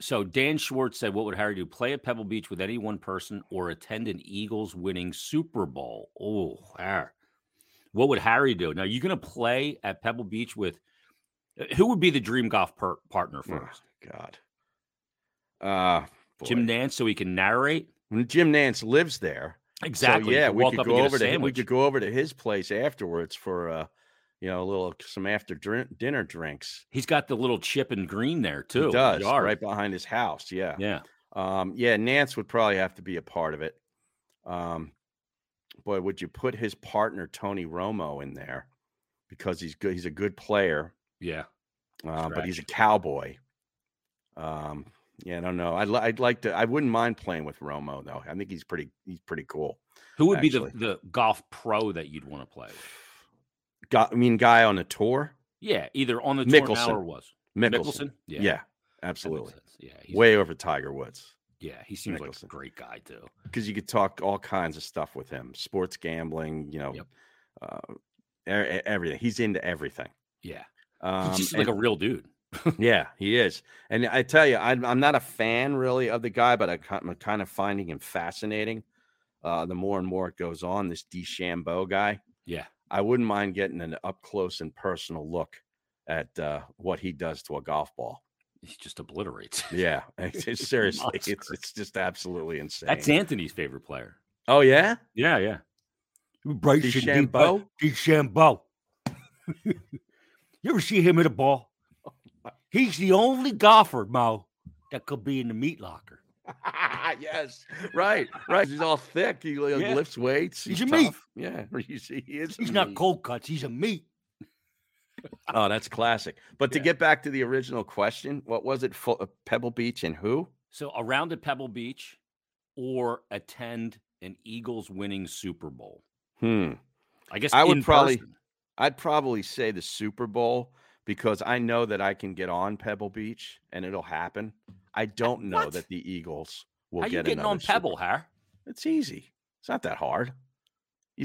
A: so Dan Schwartz said, "What would Harry do? Play at Pebble Beach with any one person, or attend an Eagles winning Super Bowl?" Oh, Har- what would Harry do? Now you gonna play at Pebble Beach with who would be the dream golf per- partner
B: Oh,
A: first?
B: God. Uh,
A: Jim
B: boy.
A: Nance, so he can narrate.
B: Jim Nance lives there.
A: Exactly.
B: So,
A: You
B: yeah,
A: could
B: we
A: walk
B: could
A: up
B: go
A: and get a
B: over to we
A: sandwich.
B: could go over to his place afterwards for uh, you know, a little some after drink, dinner drinks.
A: He's got the little chip and green there
B: He
A: too. in the
B: does
A: yard.
B: right behind his house. Yeah.
A: Yeah.
B: Um, yeah, Nance would probably have to be a part of it. Um, boy, would you put his partner Tony Romo in there because he's good? He's a good player,
A: Yeah.
B: um, but he's a
A: Scratch.
B: cowboy. Um, yeah, I don't know. I'd, li- I'd like to. I wouldn't mind playing with Romo though. I think he's pretty. He's pretty cool.
A: Who would be
B: Actually.
A: the, the golf pro that you'd want to play? with?
B: Got, I mean, guy on a tour,
A: Yeah, either on the tour now
B: Mickelson.
A: or was
B: Mickelson. Yeah,
A: Yeah, that makes
B: absolutely.
A: sense. Yeah, he's,
B: Way over Tiger Woods
A: yeah, he seems like a
B: Mickelson.
A: great guy too.
B: because you could talk all kinds of stuff with him, sports gambling. You know,
A: Yep.
B: uh, e- e- everything. He's into everything.
A: Yeah,
B: Um,
A: he's just like a real dude.
B: and- yeah, he is. And I tell you, I'm, I'm not a fan really of the guy, but I, ki- I'm kind of finding him fascinating. Uh, the more and more it goes on, this DeChambeau guy,
A: Yeah,
B: I wouldn't mind getting an up close and personal look at uh, what he does to a golf ball.
A: he just obliterates.
B: Yeah, it's, it's seriously,
A: Monster.
B: it's, it's just absolutely insane.
A: That's Anthony's favorite player.
B: Oh yeah,
A: Yeah, yeah. Bryce
B: DeChambeau.
A: DeChambeau. you ever see him hit a ball? He's the only golfer, Mo, that could be in the meat locker.
B: yes, right, right. He's all thick. He like,
A: Yeah.
B: lifts weights.
A: He's a meat.
B: tough. Yeah, you see, he is. a meat.
A: cold cuts. He's a meat.
B: Oh, that's classic. But to
A: Yeah.
B: get back to the original question, what was it? Fu- uh, Pebble Beach and who?
A: So around at Pebble Beach or attend an Eagles winning Super Bowl.
B: Hmm.
A: I guess
B: I would
A: in
B: probably-
A: person.
B: I'd probably say the Super Bowl because I know that I can get on Pebble Beach and it'll happen. I don't know
A: Eh, What?
B: that the Eagles will
A: How
B: get
A: you getting
B: another
A: on
B: Super-
A: Pebble, Har?
B: It's easy. It's not that hard. You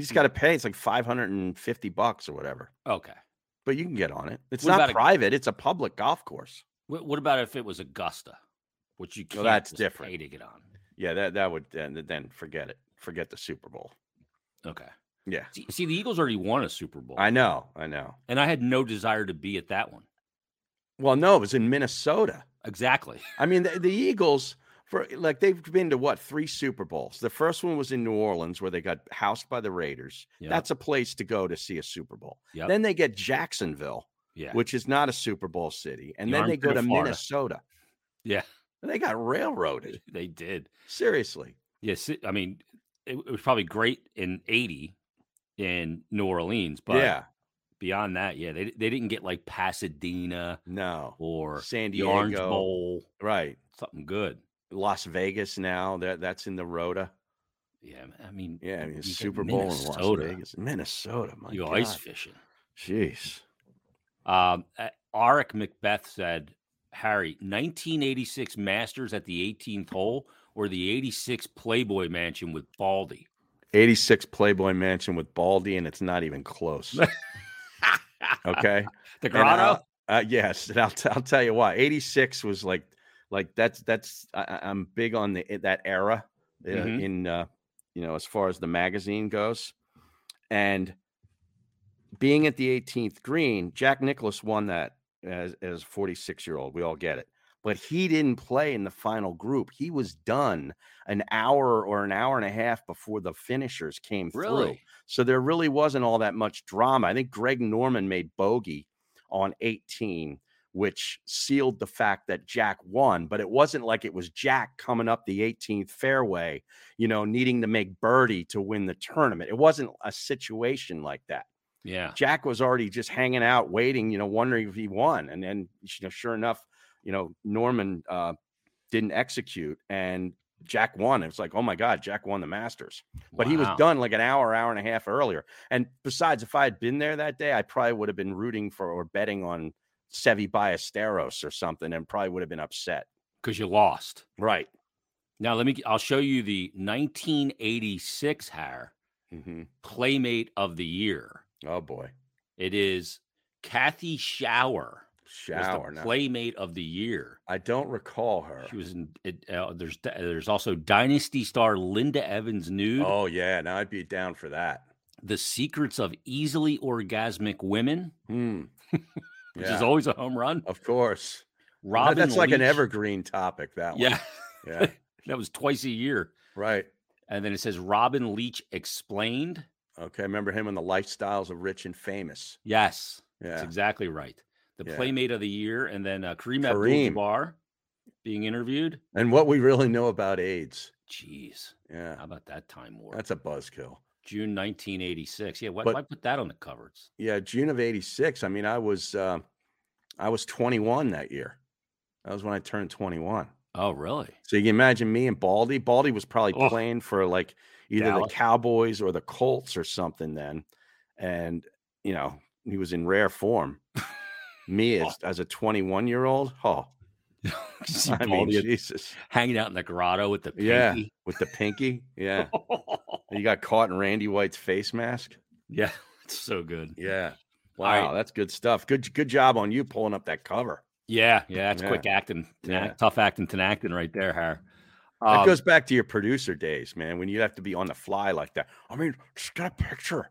A: Hmm.
B: just got to pay. It's like five hundred and fifty bucks or whatever.
A: Okay.
B: But you can get on it. It's
A: What
B: not
A: about a-
B: private. it's a public golf course.
A: What, what about if it was Augusta, which you
B: Well,
A: can't
B: that's
A: just
B: different.
A: pay to get on?
B: Yeah, that that would then then forget it. Forget the Super Bowl.
A: Okay.
B: Yeah,
A: See, see, the Eagles already won a Super Bowl,
B: I know. I know.
A: and I had no desire to be at that one.
B: Well, no, it was in Minnesota.
A: Exactly.
B: I mean, the, the Eagles for like they've been to what three Super Bowls. The first one was in New Orleans where they got housed by the Raiders.
A: Yeah.
B: That's a place to go to see a Super Bowl.
A: Yep.
B: Then they get Jacksonville,
A: yeah.
B: which is not a Super Bowl city, and
A: The
B: then they go
A: armpit
B: to
A: of Florida.
B: Minnesota.
A: Yeah.
B: They got railroaded.
A: They did.
B: Seriously.
A: Yes. I mean, it, it was probably great in 80 in New Orleans, but
B: yeah.
A: beyond that, yeah, they, they didn't get like Pasadena
B: No.
A: or
B: San
A: the Orange
B: Diego.
A: Bowl,
B: Right.
A: something good.
B: Las Vegas now. That that's in the Rota.
A: Yeah. I mean,
B: Yeah, I mean,
A: you
B: it's
A: get
B: Super Bowl in
A: Minnesota,
B: Las Vegas. Minnesota, my
A: You go
B: God.
A: ice fishing.
B: Jeez.
A: Um, uh, Arik Macbeth said, Harry, 1986 Masters at the 18th hole or the 86 Playboy Mansion with Baldy?
B: 86 Playboy Mansion with Baldy, and it's not even close. Okay.
A: the
B: And I'll-
A: grotto?
B: Uh, yes, and I'll, t- I'll tell you why. 86 was like, like that's that's I, I- I'm big on the eh, that era uh,
A: Mhm.
B: in uh, you know as far as the magazine goes, and being at the 18th green, Jack Nicholas won that as as 46 year old. We all get it, but he didn't play in the final group. He was done an hour or an hour and a half before the finishers came through.
A: Really?
B: So there really wasn't all that much drama. I think Greg Norman made bogey on 18, which sealed the fact that Jack won, but it wasn't like it was Jack coming up the 18th fairway, you know, needing to make birdie to win the tournament. It wasn't a situation like that.
A: Yeah.
B: Jack was already just hanging out, waiting, you know, wondering if he won. And then, you know, sure enough, you know, Norman uh, didn't execute and Jack won. It's like, oh my God, Jack won the Masters but he was
A: Wow.
B: done like an hour, hour and a half earlier. And besides, if I had been there that day, I probably would have been rooting for or betting on Sevi Ballesteros or something, and probably would have been upset.
A: because you lost.
B: Right.
A: Now let me. I'll show you the 1986 hair Mm-hmm.
B: hmm
A: Playmate of the Year.
B: Oh boy,
A: It is Kathy Shower. was the
B: shower. now.
A: Playmate of the Year.
B: I don't recall her.
A: She was in. It, uh, there's there's also Dynasty star Linda Evans nude.
B: Oh yeah, now I'd be down for that.
A: The secrets of easily orgasmic women,
B: Hmm.
A: which
B: Yeah,
A: is always a home run.
B: of course. Now,
A: Robin.
B: that's like an
A: Leach-
B: evergreen topic. That one.
A: Yeah,
B: Yeah.
A: that was twice a year.
B: Right.
A: And then it says Robin Leach explained.
B: Okay, remember him in the lifestyles of rich and famous.
A: Yes,
B: Yeah,
A: that's exactly right. The
B: Yeah.
A: Playmate of the Year, and then uh, Kareem,
B: Kareem.
A: Abdul-Jabbar being interviewed.
B: and what we really know about AIDS.
A: Jeez,
B: Yeah,
A: how about that time war?
B: that's a buzzkill.
A: June 1986. Yeah, why,
B: But-
A: why put that on the covers?
B: Yeah, June of '86. I mean, I was uh, I was 21 that year. That was when I turned 21.
A: Oh, really?
B: So you can imagine me and Baldy. Baldy was probably
A: Oh.
B: playing for like either
A: Dallas.
B: the Cowboys or the Colts or something then. And, you know, he was in rare form. me as, as a 21 year old, oh,
A: You see
B: I mean,
A: Baldy
B: Jesus,
A: hanging out in the grotto with the
B: Yeah.
A: pinky.
B: with the pinky. Yeah.
A: Yeah,
B: you got caught in Randy White's face mask.
A: it's so good.
B: Yeah.
A: All right.
B: Wow. That's good stuff. Good, good job on you pulling up that cover.
A: Yeah, yeah, that's
B: Yeah.
A: quick acting,
B: Yeah.
A: Tenac- tough acting, tenacting right there, Har.
B: That
A: Um,
B: goes back to your producer days, man, when you have to be on the fly like that. I mean, just get a picture.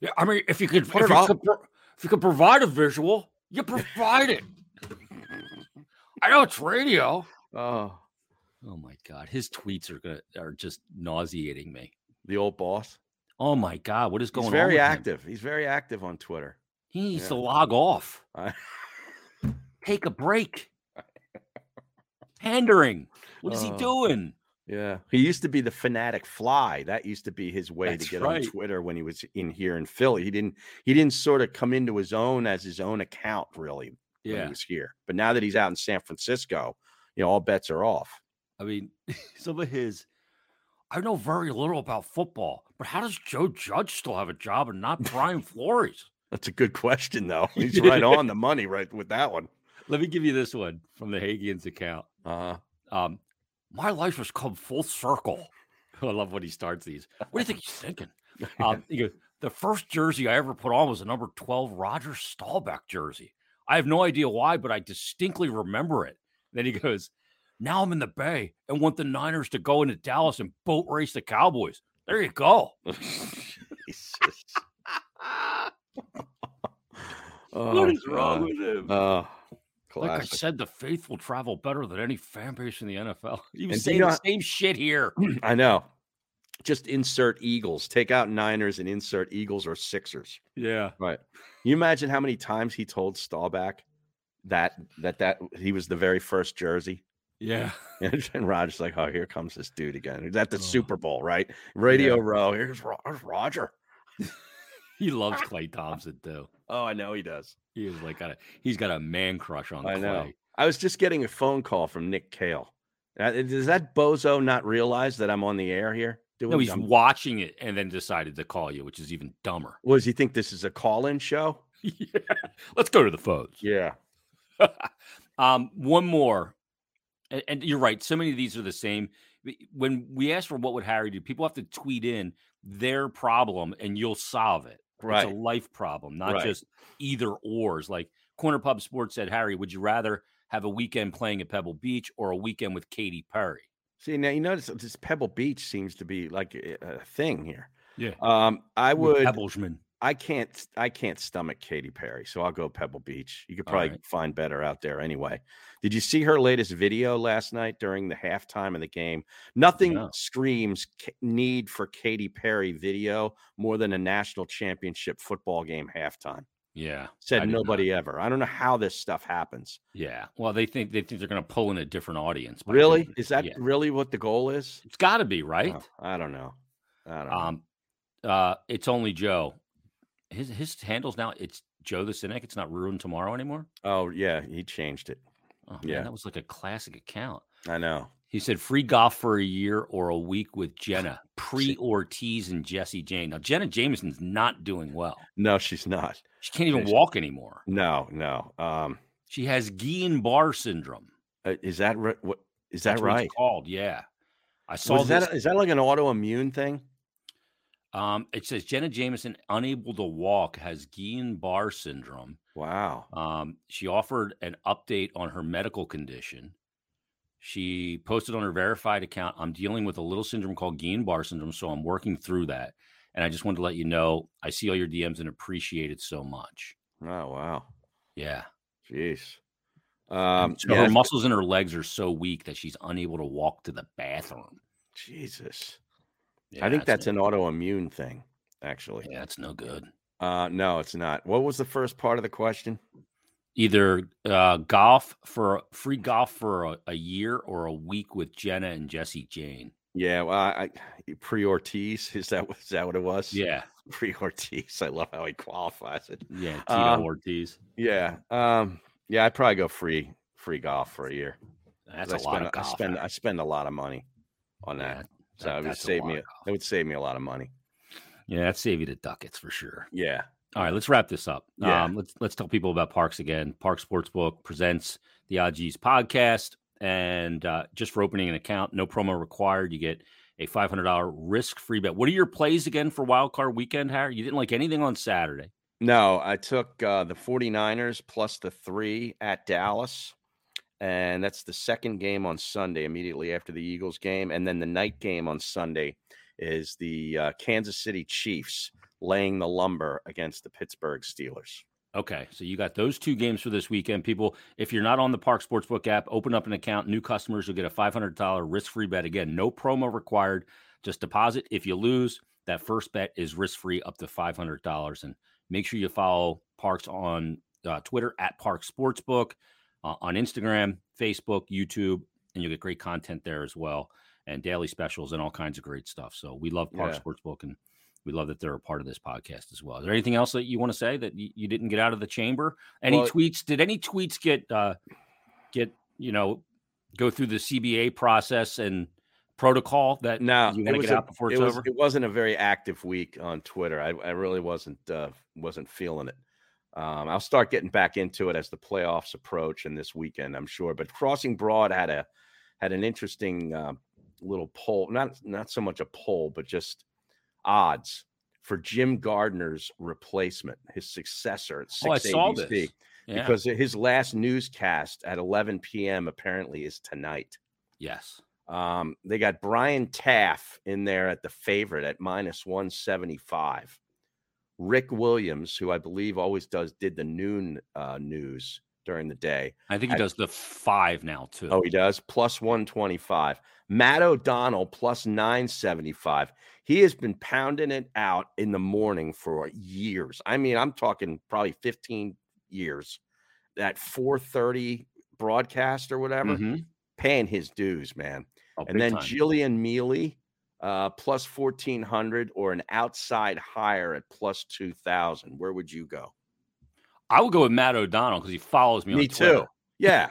A: yeah, I mean, if you could, if
B: Put it
A: you
B: up.
A: could, pro- if you could provide a visual, you provide it. I know it's radio.
B: Oh,
A: Oh my god, his tweets are gonna are just nauseating me.
B: the old boss.
A: Oh my god, what is going
B: He's
A: on?
B: very
A: with him?
B: active. He's very active on Twitter.
A: He needs to
B: Yeah.
A: log off.
B: I-
A: Take a break. Pandering. What is he
B: Oh.
A: doing?
B: Yeah, he used to be the fanatic fly. That used to be his way
A: That's
B: to get on
A: right.
B: Twitter when he was in here in Philly. He didn't he didn't sort of come into his own as his own account really when he
A: Yeah,
B: was here. But now that he's out in San Francisco, you know all bets are off.
A: I mean, some of his. I know very little about football, but how does Joe Judge still have a job and not Brian Flores?
B: That's a good question though. He's right on the money right with that one.
A: Let me give you this one from the Hagian's account.
B: Uh
A: Um, my life has come full circle. I love when he starts these. What do you think he's thinking? Um, he goes, the first jersey I ever put on was a number 12 Roger Staubach jersey. I have no idea why, but I distinctly remember it. Then he goes, Now I'm in the Bay and want the Niners to go into Dallas and boat race the Cowboys. There you go.
B: Jesus. oh,
A: what is wrong
B: God.
A: with him?
B: Oh,
A: like I
B: classic.
A: said, the faithful travel better than any fan base in the NFL. He was
B: And do
A: saying
B: you know
A: the
B: how-
A: same shit here.
B: I know. Just insert Eagles. Take out Niners and insert Eagles or Sixers.
A: Yeah.
B: Right. You imagine how many times he told Staubach that that that he was the very first jersey.
A: Yeah.
B: And, and Roger's like, oh, here comes this dude again. He's at the
A: Oh.
B: Super Bowl, right? Radio Row. Here's Ro- here's Roger.
A: He loves Clay Thompson too.
B: Oh, I know he does.
A: He is like got a he's got a man crush on
B: I
A: Clay.
B: know. I was just getting a phone call from Nick Kale. Uh, Does that bozo not realize that I'm on the air here? Doing
A: No, he's
B: dumb-
A: watching it and then decided to call you, which is even dumber.
B: what does he think this is a call-in show?
A: Yeah. Let's go to the phones.
B: Yeah.
A: um, one more, and, and you're right. So many of these are the same. We- When we ask for what would Harry do, people have to tweet in their problem, and you'll solve it.
B: Right.
A: It's a life problem, not
B: Right.
A: just either ors. Like Corner Pub Sports said, Harry, would you rather have a weekend playing at Pebble Beach or a weekend with Katy Perry?
B: See now you notice this Pebble Beach seems to be like a a thing here.
A: Yeah.
B: Um, I would.
A: Pebblesman.
B: I can't. I can't stomach Katy Perry, so I'll go Pebble Beach. You could probably
A: Alright.
B: find better out there anyway. Did you see her latest video last night during the halftime of the game? Nothing
A: No.
B: screams K- need for Katy Perry video more than a national championship football game halftime.
A: Yeah. I
B: Said
A: did not.
B: nobody ever. I don't know how this stuff happens.
A: Yeah. Well, they think they think they're going to pull in a different audience. by
B: Really?
A: doing it.
B: Is that
A: Yeah.
B: really what the goal is?
A: It's got to be right.
B: Oh, I don't know. I don't know.
A: Um, uh, it's only Joe. His his handles now. It's Joe the Cynic. It's not ruined tomorrow anymore.
B: Oh yeah, he changed it.
A: Oh, man,
B: Yeah.
A: that was like a classic account.
B: I know.
A: He said free golf for a year or a week with Jenna pre Ortiz and Jesse Jane. Now Jenna Jameson's not doing well.
B: No, she's not.
A: She can't even
B: Yes.
A: walk anymore.
B: No, no. Um,
A: She has Guillain Barre syndrome.
B: uh, is that ri- what? Is that
A: That's what it's
B: right?
A: called yeah. I saw
B: Was
A: this.
B: that is that like an autoimmune thing?
A: um, it says Jenna Jameson unable to walk has Guillain Barre syndrome.
B: Wow.
A: Um, she offered an update on her medical condition. She posted on her verified account, I'm dealing with a little syndrome called Guillain Barre syndrome, so I'm working through that. And I just wanted to let you know I see all your DMs and appreciate it so much.
B: Oh wow.
A: Yeah.
B: Jeez. Um,
A: So
B: yeah,
A: her muscles in her legs are so weak that she's unable to walk to the bathroom.
B: Jesus. I think that's
A: no-
B: an autoimmune thing, actually.
A: Yeah, it's no good.
B: Uh, no, it's not. What was the first part of the question?
A: Either uh, golf for free golf for a, a year or a week with Jenna and Jesse Jane.
B: Yeah, well, I, I pre Ortiz is that is that what it was?
A: Yeah,
B: pre Ortiz. I love how he qualifies it.
A: yeah, Tito
B: Uh,
A: Ortiz.
B: Yeah, um, yeah, I'd probably go free free golf for a year.
A: That's
B: 'Cause
A: a
B: I
A: lot
B: spend,
A: of golf.
B: I spend I spend a lot of money on
A: yeah,
B: that,
A: that-
B: so it would
A: that's a
B: save
A: lot
B: me.
A: of
B: It
A: golf.
B: would save me a lot of money.
A: Yeah, that save you the ducats for sure.
B: Yeah,
A: All right, let's wrap this up.
B: Yeah.
A: Um, let's let's tell people about Parks again. Park Sportsbook presents the OGs podcast, and uh, just for opening an account, no promo required. You get a five hundred dollar risk free bet. What are your plays again for Wild Card Weekend, Harry? You didn't like anything on Saturday.
B: No, I took uh, the 49ers plus the three at Dallas. And that's the second game on Sunday, immediately after the Eagles game. And then the night game on Sunday is the uh, Kansas City Chiefs laying the lumber against the Pittsburgh Steelers.
A: Okay, so you got those two games for this weekend, people. If you're not on the Park Sportsbook app, open up an account. New customers will get a $500 risk-free bet. Again, no promo required. Just deposit. If you lose, that first bet is risk-free up to $500. And make sure you follow Parks on uh, Twitter at Park Sportsbook, uh, on Instagram, Facebook, YouTube, and you'll get great content there as well, and daily specials and all kinds of great stuff. So we love Park
B: Yeah.
A: Sportsbook and we love that they're a part of this podcast as well. Is there anything else that you want to say that you, you didn't get out of the chamber? Any
B: Well-
A: tweets? Did any tweets get uh get you know go through the CBA process and protocol that
B: No,
A: you want
B: it
A: to
B: was
A: get
B: a-
A: out before
B: it,
A: it's
B: was,
A: over?
B: it wasn't a very active week on Twitter. I, I really wasn't uh, wasn't feeling it. Um, I'll start getting back into it as the playoffs approach and this weekend, I'm sure. But Crossing Broad had a had an interesting uh, little poll not not so much a poll, but just odds for Jim Gardner's replacement, his successor at 6
A: Oh, I saw
B: ABC,
A: this. Yeah.
B: because his last newscast at 11 p.m. apparently is tonight.
A: yes.
B: Um, they got Brian Taff in there at the favorite at minus 175. Rick Williams, who I believe always does did the noon uh, news during the day.
A: I think he
B: I-
A: does the five now too.
B: Oh, he does plus 125. Matt O'Donnell plus 975. He has been pounding it out in the morning for years. I mean, I'm talking probably 15 years. That 4:30 broadcast or whatever,
A: Mhm.
B: paying his dues, man.
A: Oh, big
B: And then
A: time.
B: Jillian Mealy, uh, plus 1400 or an outside higher at plus 2000. Where would you go?
A: I would go with Matt O'Donnell because he follows me. on Twitter.
B: Yeah.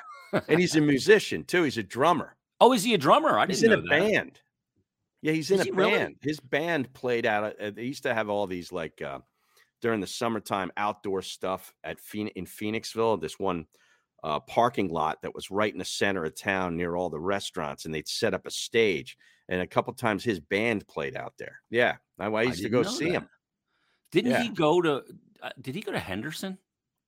B: and he's a musician too. He's a drummer.
A: Oh, is he a drummer? I didn't
B: He's in
A: know
B: a
A: that.
B: band. Yeah, he's in
A: Is
B: a
A: he
B: band.
A: really?
B: His band played out. at- They used to have all these like uh, during the summertime outdoor stuff at Phoen- in Phoenixville. This one uh, parking lot that was right in the center of town near all the restaurants, and they'd set up a stage. And a couple times his band played out there. Yeah, I, I
A: I
B: used to
A: didn't
B: go
A: know
B: see
A: that.
B: him.
A: Didn't
B: Yeah.
A: he go to? Uh, did he go to Henderson?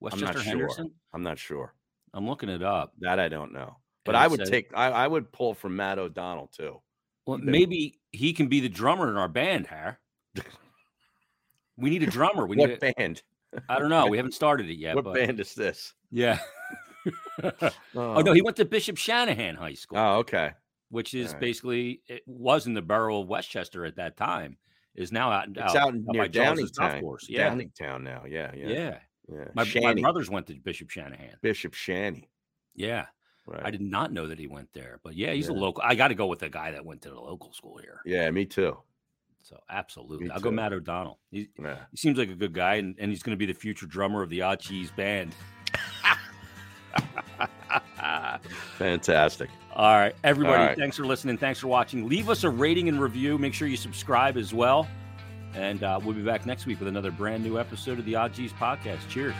A: Westchester
B: sure.
A: Henderson.
B: I'm not sure
A: I'm looking it up.
B: that I don't know, but
A: And
B: I
A: it
B: would
A: says-
B: take I, I would pull from Matt O'Donnell too.
A: Well,
B: They-
A: maybe he can be the drummer in our band, Har. We need a drummer. We
B: what
A: need. A,
B: band?
A: I don't know. We haven't started it yet.
B: what
A: but
B: band is this?
A: Yeah. oh no, he went to Bishop Shanahan High School,
B: Oh, okay.
A: which is
B: alright.
A: basically it was in the borough of Westchester at that time. Is now out.
B: It's out near
A: by Charles's golf
B: Downingtown.
A: course. Yeah.
B: Downingtown now. Yeah,
A: Yeah.
B: yeah, yeah.
A: My, my
B: Shanny,
A: brothers went to Bishop Shanahan.
B: Bishop Shanny.
A: Yeah.
B: Right.
A: I did not know that he went there, but yeah, he's a
B: Yeah.
A: local. I got to go with the guy that went to the local school here.
B: yeah, me too.
A: So absolutely,
B: Me
A: I'll go
B: too.
A: Matt O'Donnell. He,
B: Yeah.
A: he seems like a good guy, and, and he's going to be the future drummer of the Odd Cheese Band.
B: Fantastic.
A: All right, everybody,
B: All right.
A: thanks for listening. Thanks for watching. Leave us a rating and review. Make sure you subscribe as well. And uh, we'll be back next week with another brand new episode of the Odd Cheese Podcast. Cheers.